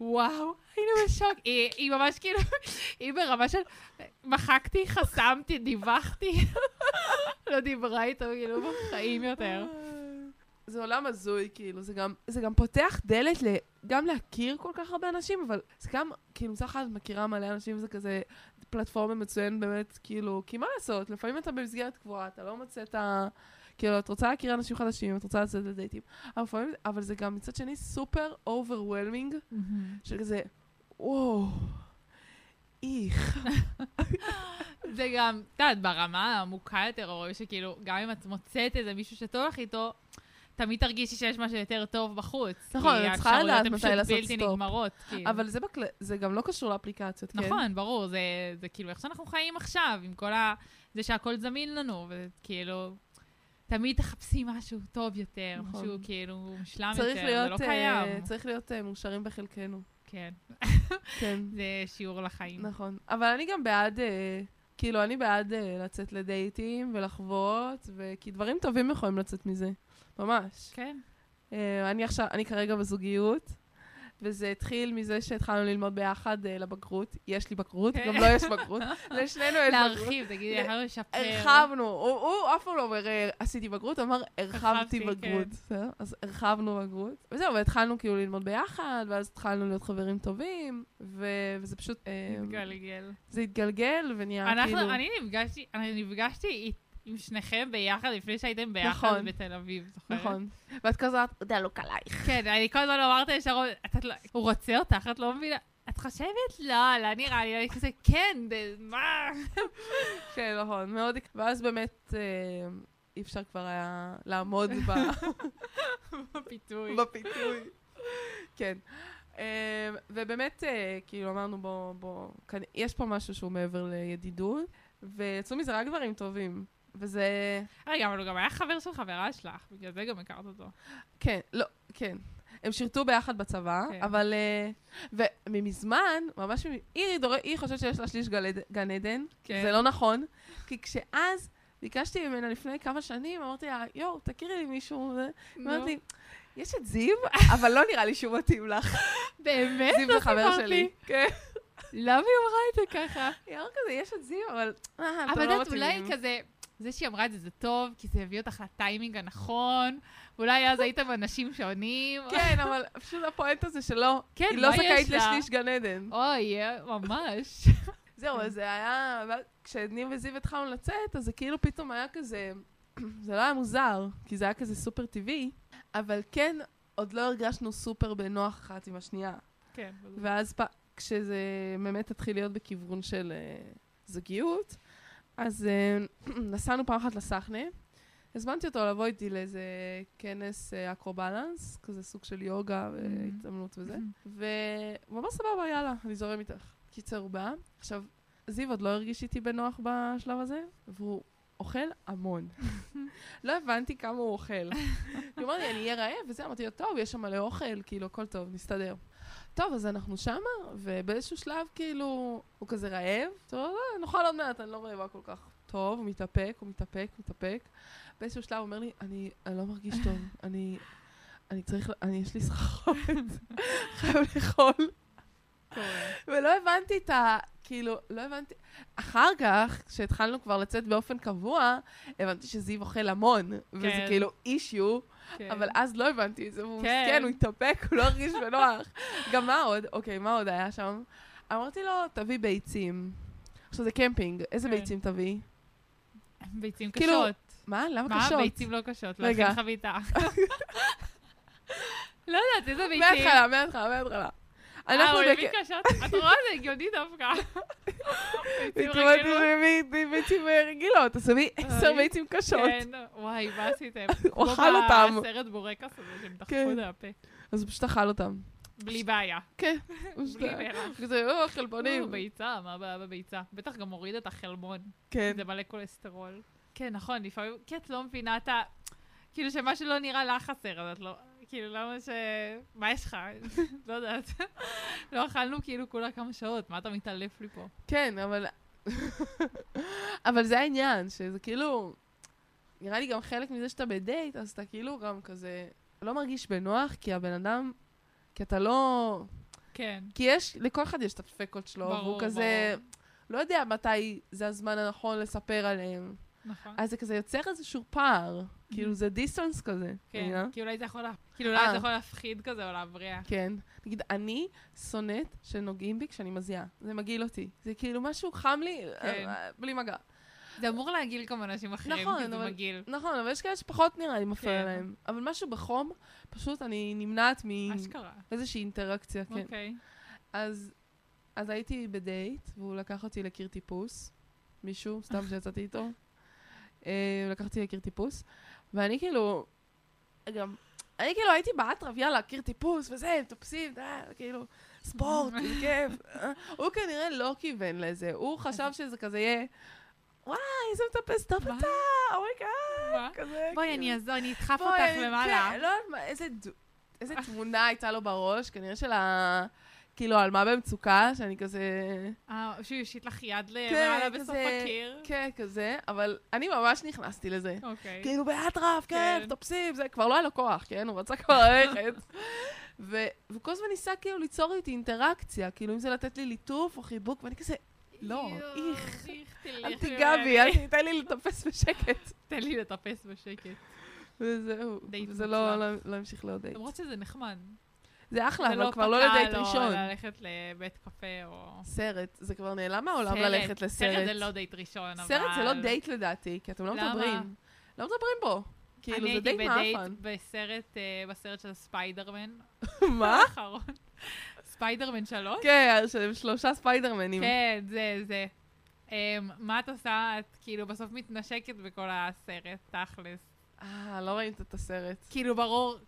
S2: וואו, היינו בשוק. היא, היא ממש כאילו, היא ברמה של מחקתי, חסמתי, דיווחתי. לא דיברה איתו, כאילו, בחיים יותר.
S1: אה, זה עולם הזוי, כאילו, זה גם, זה גם פותח דלת ל... גם להכיר כל כך הרבה אנשים, אבל זה גם, כאילו, מצד אחד את מכירה מלא אנשים, זה כזה פלטפורמה מצוינת באמת, כאילו, כי מה לעשות, לפעמים אתה במסגרת קבועה, אתה לא מוצא את ה... כאילו, את רוצה להכיר אנשים חדשים, את רוצה לצאת לדייטים, אבל, לפעמים, אבל זה גם מצד שני סופר אוברוולמינג, שכזה, וואו, איך.
S2: זה גם, את יודעת, ברמה העמוקה יותר, או שכאילו, גם אם את מוצאת איזה מישהו שטוב לך איתו, תמיד תרגישי שיש משהו יותר טוב בחוץ.
S1: נכון,
S2: כי
S1: את צריכה
S2: האפשרויות
S1: לדעת
S2: הן
S1: מתי
S2: פשוט
S1: לעשות
S2: בלתי
S1: סטופ.
S2: נגמרות. כאילו.
S1: אבל זה, בכל... זה גם לא קשור לאפליקציות, כן?
S2: נכון, ברור, זה, זה כאילו איך שאנחנו חיים עכשיו, עם כל ה... זה שהכל זמין לנו, וכאילו, תמיד תחפשי משהו טוב יותר,
S1: נכון.
S2: משהו כאילו מושלם
S1: צריך
S2: יותר,
S1: להיות,
S2: זה
S1: אה,
S2: לא קיים.
S1: צריך להיות אה, מאושרים בחלקנו,
S2: כן,
S1: כן.
S2: זה שיעור לחיים.
S1: נכון. אבל אני גם בעד, אה, כאילו, אני בעד אה, לצאת לדייטים ולחוות, ו- כי דברים טובים יכולים לצאת מזה. ממש.
S2: כן,
S1: אה, אני עכשיו, אני כרגע בזוגיות, וזה התחיל מזה שהתחלנו ללמוד ביחד אה, לבגרות. יש לי בגרות,
S2: כן.
S1: גם לא יש בגרות. לשנינו יש בגרות.
S2: להרחיב, כן. תגידי,
S1: ל-
S2: יכולנו לשפר.
S1: הרחבנו, הוא הוא אף פעם לא אומר אה, עשיתי בגרות, הוא אמר הרחבתי
S2: הרחבתי,
S1: בגרות.
S2: כן.
S1: בסדר? אז הרחבנו בגרות. וזהו, והתחלנו כאילו ללמוד ביחד, ואז התחלנו להיות חברים טובים, ו- וזה פשוט... אה,
S2: מתגלגל.
S1: זה התגלגל ונהיה
S2: אנחנו,
S1: כאילו...
S2: אני נפגשתי, אני נפגשתי אית- עם שניכם ביחד לפני שהייתם ביחד
S1: נכון.
S2: בתל אביב, זוכרת?
S1: נכון. ואת כזה, אתה לא עלייך.
S2: כן, אני כל הזמן אמרת לשרון, "את- את לא- הוא רוצה אותך, את לא מבינה. את חושבת? לא, לא נראה לי, אני כזה, כן, זה- מה?
S1: כן, נכון, מאוד... ואז באמת אה, אי אפשר כבר היה לעמוד ב-
S2: הפיתוי.
S1: בפיתוי. כן. אה, ובאמת, אה, כאילו, אמרנו, בוא, בוא, כאן- יש פה משהו שהוא מעבר לידידות, ויצאו מזה רק דברים טובים. וזה...
S2: רגע, אבל הוא גם היה חבר של חברה שלך, בגלל זה גם הכרת אותו.
S1: כן, לא, כן. הם שירתו ביחד בצבא,
S2: כן.
S1: אבל... אה, וממזמן, ממש... ממ- היא דור- היא חושבת שיש לה שליש גל- גן עדן, כן. זה לא נכון, כי כשאז ביקשתי ממנה לפני כמה שנים, אמרתי לה, יואו, תכירי לי מישהו,
S2: נו.
S1: אמרתי לי, יש את זיו, אבל לא נראה לי שהוא מתאים לך.
S2: באמת?
S1: זיו
S2: לא
S1: זה חבר
S2: סיפרת
S1: שלי.
S2: לי.
S1: כן.
S2: למה היא אמרה את זה ככה?
S1: היא אמרה כזה, יש את זיו, אבל... אה, אתם
S2: אבל את
S1: לא
S2: יודעת, אולי היא
S1: מתאימים.
S2: כזה, זה שהיא אמרה את זה זה טוב, כי זה הביא אותך לטיימינג הנכון, ואולי אז הייתם אנשים שונים.
S1: כן, אבל פשוט הפואנטה זה שלא,
S2: כן,
S1: היא לא
S2: מה יש
S1: זכאית
S2: לה?
S1: לשליש גן עדן.
S2: אוי, אה, ממש.
S1: זהו, אז זה היה... ואז כשאני וזיו התחלנו לצאת, אז זה כאילו פתאום היה כזה... זה לא היה מוזר, כי זה היה כזה סופר טבעי, אבל כן, עוד לא הרגשנו סופר בנוח אחת עם השנייה.
S2: כן. בדיוק.
S1: ואז פ... כשזה באמת התחיל להיות בכיוון של אה, זוגיות, אז אה, נסענו פעם אחת לסחנה, הזמנתי אותו לבוא איתי לאיזה כנס אה, אקרובלנס, כזה סוג של יוגה והתעמלות וזה, והוא אמר סבבה, יאללה, אני זורם איתך. קיצר, הוא בא. עכשיו, זיו עוד לא הרגיש איתי בנוח בשלב הזה, והוא אוכל המון. לא הבנתי כמה הוא אוכל. הוא אמר לי, אני אהיה רעב, וזה, אמרתי לו, טוב, יש שם מלא אוכל, כאילו, הכל טוב, נסתדר. טוב, אז אנחנו שמה, ובאיזשהו שלב, כאילו, הוא כזה רעב, טוב, לא, נאכל עוד מעט, אני לא רעבה כל כך. טוב, הוא מתאפק, הוא מתאפק, מתאפק. באיזשהו שלב הוא אומר לי, אני, אני לא מרגיש טוב, אני, אני צריך, אני, יש לי סחרחורת, חייב לאכול.
S2: קורה.
S1: ולא הבנתי את ה... כאילו, לא הבנתי... אחר כך, כשהתחלנו כבר לצאת באופן קבוע, הבנתי שזיו אוכל המון, וזה
S2: כן.
S1: כאילו אישיו,
S2: כן.
S1: אבל אז לא הבנתי את זה, והוא
S2: כן.
S1: מסכן, הוא התאפק, הוא לא הרגיש בנוח. גם מה עוד? אוקיי, מה עוד היה שם? אמרתי לו, תביא ביצים. עכשיו זה קמפינג, איזה
S2: כן.
S1: ביצים תביא?
S2: ביצים
S1: כאילו,
S2: קשות.
S1: מה? למה
S2: מה?
S1: קשות?
S2: ביצים לא קשות, לא
S1: רגע.
S2: הכין חביתה. לא יודעת, איזה ביצים.
S1: מההתחלה, מההתחלה, מההתחלה.
S2: אה,
S1: אנחנו
S2: הוא הביא
S1: בק-
S2: קשות? את רואה? זה הגיוני דווקא. ביצים
S1: התכוונתי
S2: רגילות.
S1: להביא ביצים רגילות, אז תביא עשר
S2: אוי.
S1: ביצים קשות.
S2: כן, וואי, מה עשיתם?
S1: הוא אכל אותם.
S2: כמו בסרט בורקס הזה שהם דחקו
S1: כן.
S2: את הפה.
S1: אז הוא פשוט אכל אותם.
S2: בלי בעיה.
S1: כן.
S2: בלי בעיה.
S1: כזה, או, חלבונים.
S2: ביצה, מה הבעיה בביצה? בטח גם הוריד את החלבון.
S1: כן.
S2: זה מלא כולסטרול. כן, נכון, לפעמים, כי את לא מבינה את ה... כאילו שמה שלא נראה לך חסר, אז את לא... כאילו, למה ש... מה יש לך? לא יודעת. לא אכלנו כאילו כולה כמה שעות, מה אתה מתעלף לי פה?
S1: כן, אבל... אבל זה העניין, שזה כאילו... נראה לי גם חלק מזה שאתה בדייט, אז אתה כאילו גם כזה... לא מרגיש בנוח, כי הבן אדם... כי אתה לא...
S2: כן.
S1: כי יש, לכל אחד יש את הדפקות שלו,
S2: ברור,
S1: והוא כזה...
S2: ברור.
S1: לא יודע מתי זה הזמן הנכון לספר עליהם.
S2: נכון.
S1: אז זה כזה יוצר איזשהו פער. כאילו, זה דיסטנס כזה. מבינה?
S2: Mm-hmm. כן, כי אולי זה יכול לה- כאילו, אולי
S1: לא? אה.
S2: זה יכול להפחיד כזה או להבריח.
S1: כן. נגיד, אני שונאת שנוגעים בי כשאני מזיעה. זה מגעיל אותי. זה כאילו משהו חם לי,
S2: כן.
S1: אה, בלי מגע.
S2: זה אמור להגעיל גם אנשים אחרים,
S1: נכון,
S2: כי זה
S1: אבל-
S2: מגעיל.
S1: נכון, אבל יש כאלה שפחות נראה לי מפריע
S2: כן.
S1: להם. אבל משהו בחום, פשוט אני נמנעת
S2: אשכרה.
S1: מאיזושהי אינטראקציה, כן.
S2: אוקיי.
S1: אז, אז הייתי בדייט, והוא לקח אותי לקיר טיפוס, מישהו, סתם שיצאתי איתו. אה, לקחתי לקיר טיפוס, ואני כאילו, גם, אני כאילו הייתי באטרף, יאללה, קיר טיפוס, וזה, מטפסים, אה, כאילו, ספורט, זה כיף. אה. הוא כנראה לא כיוון לזה, הוא חשב שזה כזה יהיה, וואי, איזה מטפס טוב
S2: מה?
S1: אתה, אומייגאד,
S2: מה?
S1: כזה.
S2: בואי,
S1: כאילו.
S2: אני אעזור, אני אדחף
S1: בואי,
S2: אותך
S1: כן,
S2: למעלה.
S1: לא יודעת מה, איזה דו- איזה תמונה הייתה לו בראש, כנראה של ה... כאילו, על מה במצוקה, שאני כזה...
S2: אה, שהוא יושיט לך יד למעלה בסוף
S1: כן, כזה-
S2: הקיר.
S1: כן, כזה, אבל אני ממש נכנסתי לזה.
S2: אוקיי.
S1: כאילו, באטרף, כן,
S2: כן.
S1: תופסים, זה כבר לא היה לו כוח, כן? הוא רצה כבר ללכת. ו- והוא כל הזמן ניסה כאילו ליצור איתי אינטראקציה, כאילו, אם זה לתת לי ליטוף או חיבוק, ואני כזה, לא,
S2: יואו,
S1: איך.
S2: תלך
S1: אל תיגע בי,
S2: ממני.
S1: אל תיתן לי לטפס בשקט.
S2: תן לי לטפס בשקט.
S1: וזהו,
S2: דייט
S1: זה לא
S2: מוצלח.
S1: לא המשיך להיות דייט.
S2: למרות שזה נחמד.
S1: זה אחלה,
S2: זה
S1: אבל
S2: לא
S1: כבר לא
S2: פקע
S1: לדייט
S2: לו
S1: ראשון.
S2: ללכת לבית קפה או...
S1: סרט, זה כבר נעלם מהעולם ללכת לסרט.
S2: סרט זה לא דייט ראשון, אבל...
S1: סרט זה לא דייט לדעתי, כי אתם לא
S2: למה?
S1: מדברים. לא מדברים בו. כאילו, זה דייט
S2: אני הייתי
S1: מאפן.
S2: בדייט בסרט, אה, בסרט של ספיידרמן.
S1: מה?
S2: האחרון. ספיידרמן 3?
S1: כן, שהם שלושה ספיידרמנים.
S2: כן, זה, זה. אמ, מה את עושה? את כאילו בסוף מתנשקת בכל הסרט, תכלס.
S1: אה, לא ראית את הסרט.
S2: כאילו, ברור,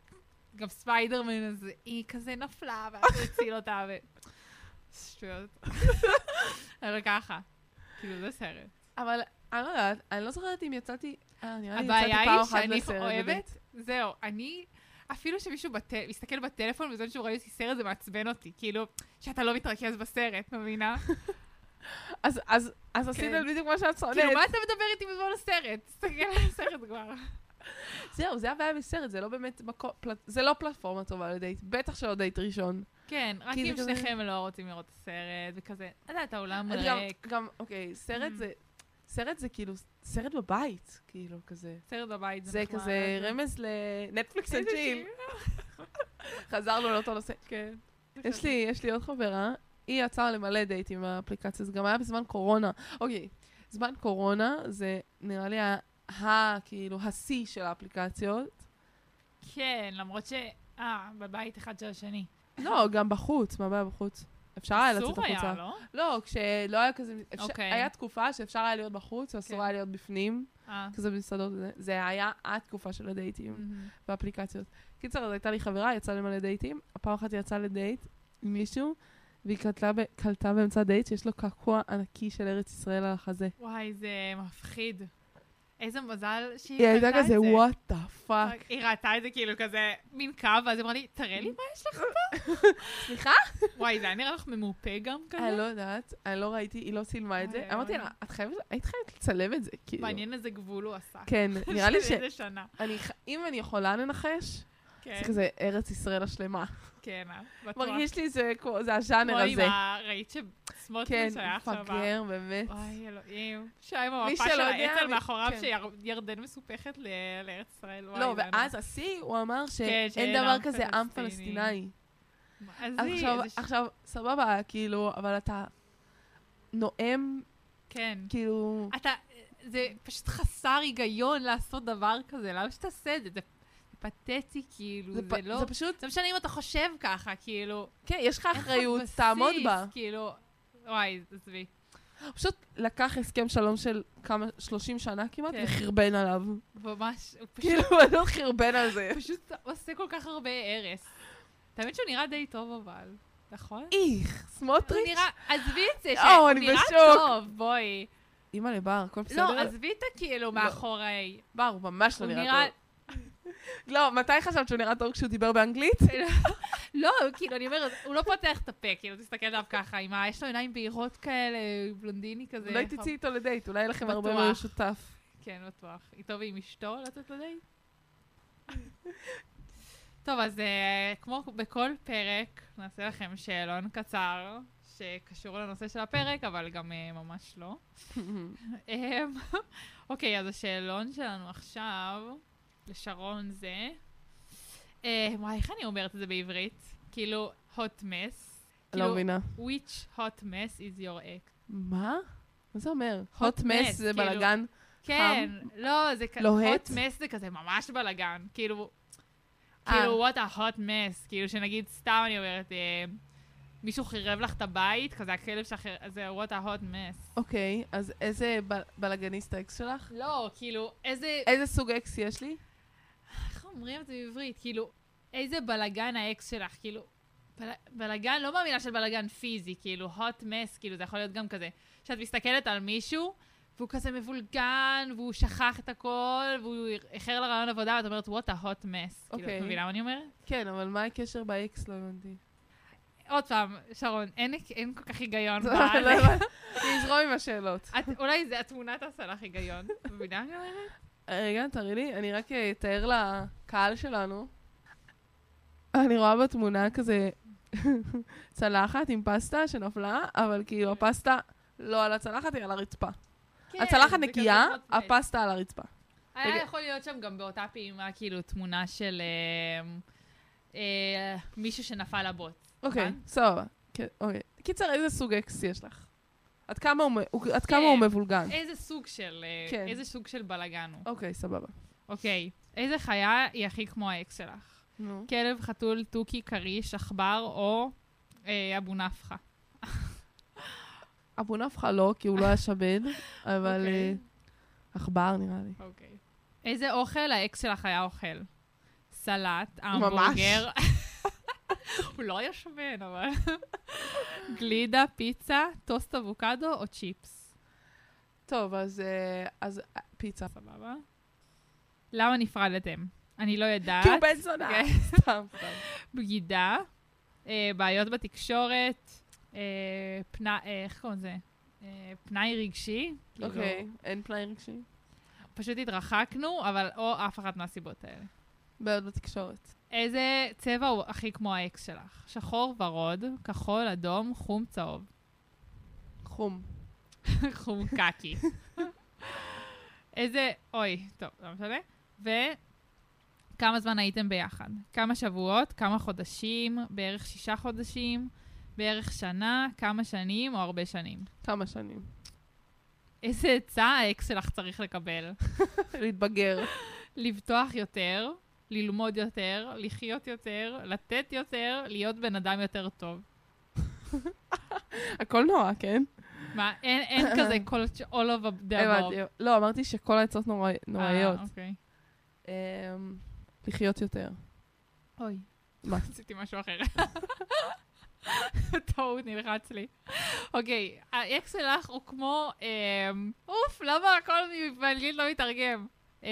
S2: גם ספיידרמן, אז היא כזה נפלה, ואז הוא הציל אותה, ו... שטויות. אבל ככה. כאילו, זה סרט.
S1: אבל אני לא יודעת, אני לא זוכרת אם יצאתי... אה, נראה לי
S2: הבעיה
S1: יצאתי פעם
S2: היא
S1: אחת
S2: שאני
S1: לסרט.
S2: אוהבת,
S1: בדייט.
S2: זהו, אני... אפילו שמישהו בת... מסתכל בטלפון בזמן שהוא רואה אותי סרט, זה מעצבן אותי. כאילו, שאתה לא מתרכז בסרט, מבינה?
S1: אז- אז- אז עשית
S2: כן.
S1: בדיוק מה שאת
S2: כאילו,
S1: שונאת.
S2: מה אתה מדבר איתי בזמן הסרט? תסתכל על הסרט כבר.
S1: זהו, זה הבעיה בסרט, זה לא באמת מקום... פלט- זה לא פלטפורמה טובה לדייט, בטח שלא דייט ראשון.
S2: כן, רק
S1: כי
S2: אם
S1: זה כזה-
S2: שניכם לא רוצים לראות את הסרט, וכזה, את יודעת, העולם
S1: אז גם-
S2: ריק,
S1: גם, אוקיי, סרט
S2: Mm.
S1: זה... סרט זה כאילו, סרט בבית, כאילו, כזה.
S2: סרט בבית זה
S1: זה
S2: נחמד.
S1: כזה רמז לנטפליקס אנד
S2: איזה
S1: צ'יל. חזרנו לאותו נושא.
S2: כן.
S1: יש לי, יש לי עוד חברה, היא יצאה למלא דייטים עם האפליקציה, זה גם היה בזמן קורונה. אוקיי, זמן קורונה זה נראה לי ה- ה... כאילו, השיא של האפליקציות.
S2: כן, למרות ש... אה, בבית אחד של השני.
S1: לא, גם בחוץ, מה הבעיה בחוץ? אפשר היה אה, לצאת
S2: אסור
S1: החוצה.
S2: היה, לא?
S1: לא, כשלא היה כזה... אפשר-
S2: אוקיי.
S1: היה תקופה שאפשר היה להיות בחוץ ואסור
S2: כן.
S1: היה להיות בפנים,
S2: אה.
S1: כזה במסעדות וזה. זה היה התקופה של הדייטים
S2: מהמם.
S1: והאפליקציות. קיצר, אז הייתה לי חברה, יצאה למלא דייטים. הפעם אחת היא יצאה לדייט עם מישהו, והיא קלטה, ב... קלטה באמצע הדייט שיש לו קעקוע ענקי של ארץ ישראל על החזה.
S2: וואי, זה מפחיד. איזה מזל שהיא
S1: היא הייתה
S2: קלטה את
S1: כזה,
S2: זה.
S1: וואט דה פאק.
S2: היא ראתה את זה כאילו כזה מין קו, ואז היא אמרה לי, תראה לי מה יש לך.
S1: סליחה?
S2: וואי, זה היה נראה לך ממופה גם
S1: אני
S2: כזה?
S1: לא יודעת, אני לא ראיתי, היא לא צילמה את
S2: אוי,
S1: זה.
S2: אוי,
S1: אמרתי
S2: אוי.
S1: לה, את חייבת, היית חייבת לצלם את זה, כאילו.
S2: מעניין איזה גבול הוא עשה.
S1: כן, נראה לי ש...
S2: של איזה שנה.
S1: אני ח- אם אני יכולה לנחש,
S2: כן,
S1: זה כזה ארץ ישראל השלמה.
S2: כן, אה, בטוח.
S1: מרגיש לי זה כמו- זה הז'אנר
S2: כמו
S1: הזה.
S2: עם ה- ראית
S1: כן,
S2: שסמוטריץ' היה עכשיו... אה.
S1: מפגר,
S2: ה-
S1: באמת.
S2: אוי, אלוהים. שהיה עם המפה
S1: מי
S2: של
S1: שלא יודע,
S2: האצ"ל
S1: מי-
S2: מאחוריו,
S1: כן.
S2: שירדן מסופחת ל- לארץ ישראל. וואי,
S1: לא,
S2: זה היה
S1: ואז השיא, הוא אמר
S2: שאין
S1: שאין דבר
S2: עם
S1: כזה עם
S2: פלסטיני.
S1: פלסטיני.
S2: נורא. אז
S1: אז
S2: היא,
S1: עכשיו-
S2: איזה ש-
S1: עכשיו, סבבה, כאילו, אבל אתה נואם,
S2: כן.
S1: כאילו...
S2: אתה, זה פשוט חסר היגיון לעשות דבר כזה, למה שתעשה את זה? זה פתטי, כאילו, זה,
S1: זה פ-
S2: לא...
S1: זה פשוט,
S2: זה משנה אם אתה חושב ככה, כאילו...
S1: כן, יש לך
S2: אין לך
S1: אחריות,
S2: בסיס,
S1: תעמוד בה.
S2: כאילו... וואי, עזבי.
S1: פשוט לקח הסכם שלום של כמה, 30 שנה כמעט,
S2: כן.
S1: וחרבן עליו.
S2: ממש, הוא פשוט,
S1: כאילו, לא חרבן על זה.
S2: פשוט עושה כל כך הרבה הרס. האמת שהוא נראה די טוב, אבל, נכון?
S1: איך,
S2: הוא
S1: סמוטריץ'?
S2: נראה, עזבי את זה,
S1: או,
S2: שהוא
S1: אני
S2: נראה
S1: בשוק.
S2: טוב, בואי.
S1: אימא לבר, הכל
S2: לא,
S1: בסדר?
S2: עזבי את הכאילו
S1: לא.
S2: מאחורי.
S1: בר, הוא ממש לא
S2: הוא
S1: נראה
S2: נראה...
S1: טוב. לא, מתי חשבת שהוא נראה טוב כשהוא דיבר באנגלית?
S2: לא, כאילו, אני אומרת, הוא לא פותח את הפה, כאילו, תסתכל עליו ככה, עם ה... יש לו עיניים בהירות כאלה, בלונדיני כזה.
S1: אולי תצאי איתו לדייט, אולי יהיה לכם הרבה
S2: בטוח.
S1: מאוד שותף.
S2: כן, בטוח. איתו ועם אשתו לצאת לדייט? טוב, אז אה, כמו בכל פרק, נעשה לכם שאלון קצר, שקשור לנושא של הפרק, אבל גם אה, ממש לא. אמ, אוקיי, אז השאלון שלנו עכשיו, לשרון זה... אה, וואי, איך אני אומרת את זה בעברית? כאילו, hot mess.
S1: לא
S2: כאילו,
S1: מבינה.
S2: which hot mess is your ex?
S1: מה? מה זה אומר?
S2: hot
S1: hot
S2: mess,
S1: mess זה
S2: כאילו.
S1: בלאגן?
S2: כן, לא, זה כזה,
S1: לוהט?
S2: hot mess זה כזה ממש בלאגן. כאילו,
S1: אה.
S2: כאילו, what a hot mess. כאילו, שנגיד, סתם אני אומרת, אה, מישהו חירב לך את הבית, כזה הכלב שלך, אז זה what a hot mess.
S1: אוקיי, אז איזה ב- בלאגניסט האקס שלך?
S2: לא, כאילו, איזה,
S1: איזה סוג אקס יש לי?
S2: איך אומרים את זה בעברית? כאילו, איזה בלאגן האקס שלך, כאילו, בל- בלאגן, לא במילה של בלאגן פיזי, כאילו, hot mess, כאילו, זה יכול להיות גם כזה. שאת מסתכלת על מישהו, והוא כזה מבולגן, והוא שכח את הכל, והוא איחר לרעיון עבודה, ואת אומרת, what a hot mess. כאילו,
S1: אוקיי.
S2: את מבינה מה אני אומרת?
S1: כן, אבל מה הקשר באקס? לא הבנתי.
S2: עוד פעם, שרון, אין, אין כל כך היגיון.
S1: לא,
S2: בה.
S1: לא הבנתי. נזרום עם השאלות.
S2: את- אולי זה התמונה תעשה לך היגיון. מבינה? מה אני אומרת?
S1: אה, רגע, תראי לי, אני רק אה, אתאר לקהל שלנו. אני רואה בתמונה כזה צלחת עם פסטה שנפלה, אבל כאילו הפסטה לא על הצלחת, היא על הרצפה.
S2: כן,
S1: הצלחת
S2: זה
S1: נקייה,
S2: כזה hot mess.
S1: הפסטה על הרצפה.
S2: היה
S1: רגע.
S2: יכול להיות שם גם באותה פעימה, כאילו, תמונה של אמ, אה, מישהו שנפל לבוט.
S1: אוקיי,
S2: הבנת?
S1: סבבה. כן, אוקיי. קיצר, איזה סוג אקס יש לך? עד כמה הוא מ- הוא- עד כמה הוא מבולגן?
S2: איזה סוג של, אה,
S1: כן.
S2: איזה סוג של בלאגן הוא.
S1: אוקיי, סבבה.
S2: אוקיי, איזה חיה היא הכי כמו האקס שלך?
S1: נו.
S2: כלב, חתול, תוכי, כריש, עכבר או אה, אבו נפחא.
S1: אבו נפחא לא, כי הוא לא היה שמן, אבל אה,
S2: אוקיי.
S1: עכבר נראה לי.
S2: אוקיי. איזה אוכל האקס שלך היה אוכל? סלט, המבורגר. הוא לא היה שמן, אבל... גלידה, פיצה, טוסט אבוקדו או צ'יפס?
S1: טוב, אז אה, אז, אה, פיצה.
S2: סבבה. למה נפרדתם? אני לא יודעת.
S1: כי הוא בן זונה.
S2: כן.
S1: סתם, סתם.
S2: בגידה, אה, בעיות בתקשורת, אה, פנאי, אה, איך קוראים לזה? אה, פנאי רגשי. כאילו,
S1: אוקיי, אין פנאי רגשי.
S2: פשוט התרחקנו, אבל או אף אחת מהסיבות האלה.
S1: בעיות בתקשורת.
S2: איזה צבע הוא הכי כמו האקס שלך? שחור, ורוד, כחול, אדום, חום, צהוב.
S1: חום.
S2: חום קקי. איזה... אוי, טוב, לא משנה. וכמה זמן הייתם ביחד? כמה שבועות, כמה חודשים, בערך שישה חודשים, בערך שנה, כמה שנים או הרבה שנים.
S1: כמה שנים.
S2: אמ, איזה עצה האקס שלך צריך לקבל?
S1: להתבגר.
S2: לבטוח יותר, ללמוד יותר, לחיות יותר, לתת יותר, להיות בן אדם יותר טוב.
S1: הכל נורא, כן?
S2: מה, אין, אין כזה כל all of the above.
S1: הבנתי. לא, אמרתי שכל העצות נורא- נוראיות.
S2: אה, אוקיי.
S1: אמ, לחיות יותר.
S2: אוי.
S1: מה?
S2: עשיתי משהו אחר. טעות, נלחץ לי. אוקיי, האקס שלך הוא כמו... אמ, אוף, למה הכל באנגלית לא מתרגם? אמ,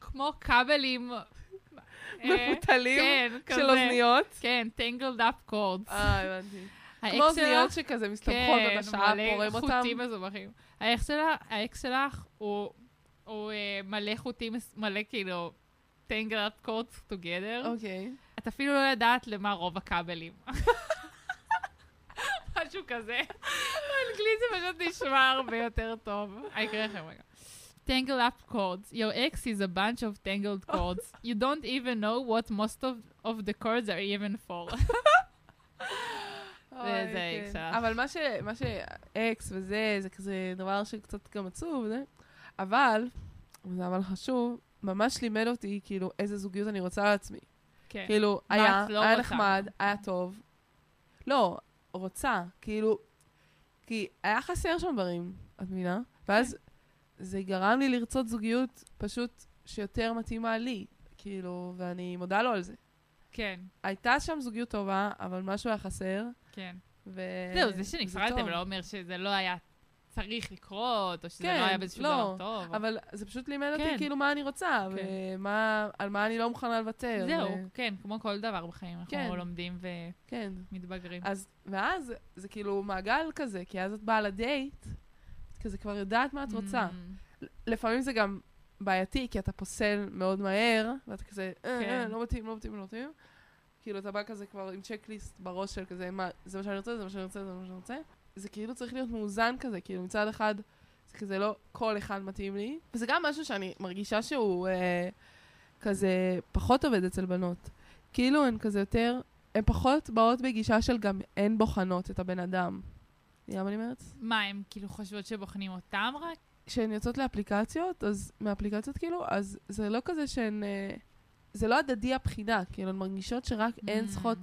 S2: כמו כבלים... אה,
S1: מפותלים
S2: כן, כזה.
S1: של אוזניות.
S2: כן, tangled up cords.
S1: אה, הבנתי. כמו
S2: האקס
S1: אוזניות
S2: שלך...
S1: שכזה מסתבכות,
S2: כן,
S1: עד השעה פורם
S2: מלא
S1: אותם.
S2: חוטים מסובכים. האקס שלך- האקס שלך הוא הוא, אה, מלא חוטים, מס- מלא כאילו... tangled up cords together.
S1: אוקיי.
S2: את אפילו לא יודעת למה רוב הכבלים. משהו כזה. באנגלית זה פשוט נשמע הרבה יותר טוב. אני אקריא לכם רגע. Tangle up cords. Your ex is a bunch of tangled cords. You don't even know what most of, of the cords are even for.
S1: אוי,
S2: זה
S1: כן.
S2: אקס שלך.
S1: אבל מה ש... מה ש... אקס וזה, זה כזה דבר שקצת גם עצוב, זה. אבל, וזה אבל חשוב, ממש לימד אותי, כאילו, איזה זוגיות אני רוצה לעצמי.
S2: כן.
S1: כאילו,
S2: מה
S1: היה,
S2: את לא
S1: היה
S2: רוצה?
S1: נחמד, היה טוב. לא, רוצה, כאילו, כי היה חסר שם דברים, את מבינה?
S2: כן.
S1: ואז זה גרם לי לרצות זוגיות פשוט שיותר מתאימה לי, כאילו, ואני מודה לו על זה.
S2: כן,
S1: הייתה שם זוגיות טובה, אבל משהו היה חסר,
S2: כן.
S1: ו...
S2: זהו, זה
S1: אה, טוב.
S2: שנפרדתם לא אומר שזה לא היה צריך לקרות, או שזה
S1: כן,
S2: לא היה באיזשהו
S1: לא,
S2: דבר טוב.
S1: אבל זה פשוט לימד
S2: כן.
S1: אותי כאילו מה אני רוצה,
S2: כן.
S1: ומה, על מה אני לא מוכנה לוותר.
S2: זהו,
S1: ו-
S2: כן, כמו כל דבר בחיים, אנחנו
S1: אה, כן.
S2: לומדים
S1: כן.
S2: ומתבגרים.
S1: אז, ואז זה כאילו מעגל כזה, כי אז את באה לדייט, את כזה כבר יודעת מה את רוצה.
S2: Mm.
S1: לפעמים זה גם בעייתי, כי אתה פוסל מאוד מהר, ואתה כזה, "אה,
S2: כן.
S1: אה, לא מתאים, לא מתאים, לא מתאים. כאילו, אתה בא כזה כבר עם צ'קליסט בראש של כזה, מה, זה מה שאני רוצה, זה מה שאני רוצה, זה מה שאני רוצה. זה כאילו צריך להיות מאוזן כזה, כאילו, מצד אחד, זה כזה לא כל אחד מתאים לי. וזה גם משהו שאני מרגישה שהוא אה, כזה פחות עובד אצל בנות. כאילו, הן כזה יותר, הן פחות באות בגישה של גם הן בוחנות את הבן אדם. אתה יודע מה אני אומרת?
S2: מה, הן כאילו חושבות שבוחנים אותם רק?
S1: כשהן יוצאות לאפליקציות, אז מאפליקציות כאילו, אז זה לא כזה שהן... אה, זה לא הדדי הבחינה, כאילו, הן מרגישות שרק
S2: Mm,
S1: הן צריכות,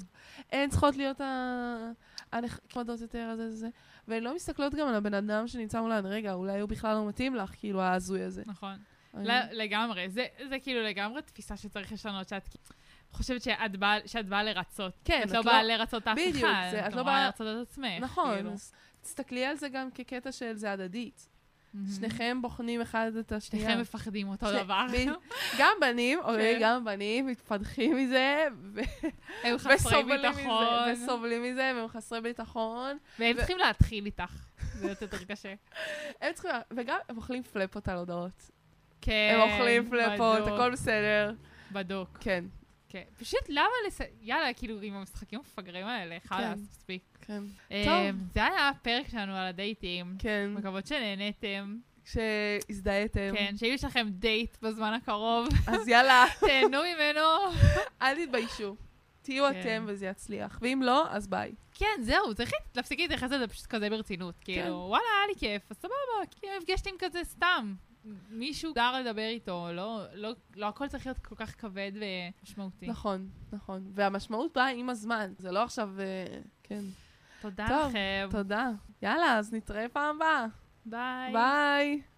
S1: הן צריכות להיות ה- הנחמדות יותר, זה זה זה, והן לא מסתכלות גם על הבן אדם שנמצא מולן, רגע, אולי הוא בכלל לא מתאים לך, כאילו, ההזוי הזה.
S2: נכון.
S1: אני-
S2: ל- לגמרי. זה זה כאילו לגמרי תפיסה שצריך לשנות, שאת כאילו- חושבת שאת באה- שאת באה לרצות.
S1: כן,
S2: את לא באה לרצות אף אחד.
S1: בדיוק, זה-
S2: את לא באה לרצות את עצמך.
S1: נכון,
S2: כאילו.
S1: אז תסתכלי על זה גם כקטע של זה הדדית.
S2: מהמם.
S1: שניכם בוחנים אחד את השנייה.
S2: Mm-hmm. שניכם מפחדים אותו
S1: שני-
S2: דבר.
S1: בדיוק. גם בנים, אוקיי,
S2: כן.
S1: גם בנים מתפתחים מזה, ו-
S2: הם חסרי
S1: וסובלים מזה,
S2: ביטחון.
S1: וסובלים מזה, והם חסרי ביטחון.
S2: והם
S1: ו-
S2: צריכים להתחיל איתך. זה יוצא יותר קשה.
S1: הם צריכים, וגם הם אוכלים פלאפות על הודעות.
S2: כן,
S1: הם אוכלים פלאפות,
S2: בדוק,
S1: הכל בסדר.
S2: בדוק.
S1: כן,
S2: כן. פשוט למה לס... יאללה, כאילו, עם המשחקים המפגרים האלה, חלאס, מספיק.
S1: כן,
S2: אמ, זה היה הפרק שלנו על הדייטים.
S1: כן.
S2: מקוות שנהנתם,
S1: כשהזדהיתם,
S2: כן, שאם יש לכם דייט בזמן הקרוב,
S1: אז יאללה,
S2: תהנו ממנו.
S1: אל תתביישו. תהיו
S2: כן.
S1: אתם וזה יצליח. ואם לא, אז ביי.
S2: כן, זהו, צריך להפסיק להתייחס לזה פשוט כזה ברצינות.
S1: כן.
S2: כאילו, וואלה, היה לי כיף, אז סבבה, כאילו, נפגשתי עם כזה סתם. מישהו דר לדבר איתו, לא, לא, לא הכל צריך להיות כל כך כבד ומשמעותי.
S1: נכון, נכון. והמשמעות באה עם הזמן, זה לא עכשיו... אה, כן.
S2: תודה
S1: טוב,
S2: לכם,
S1: תודה. יאללה, אז נתראה פעם הבאה.
S2: ביי.
S1: ביי.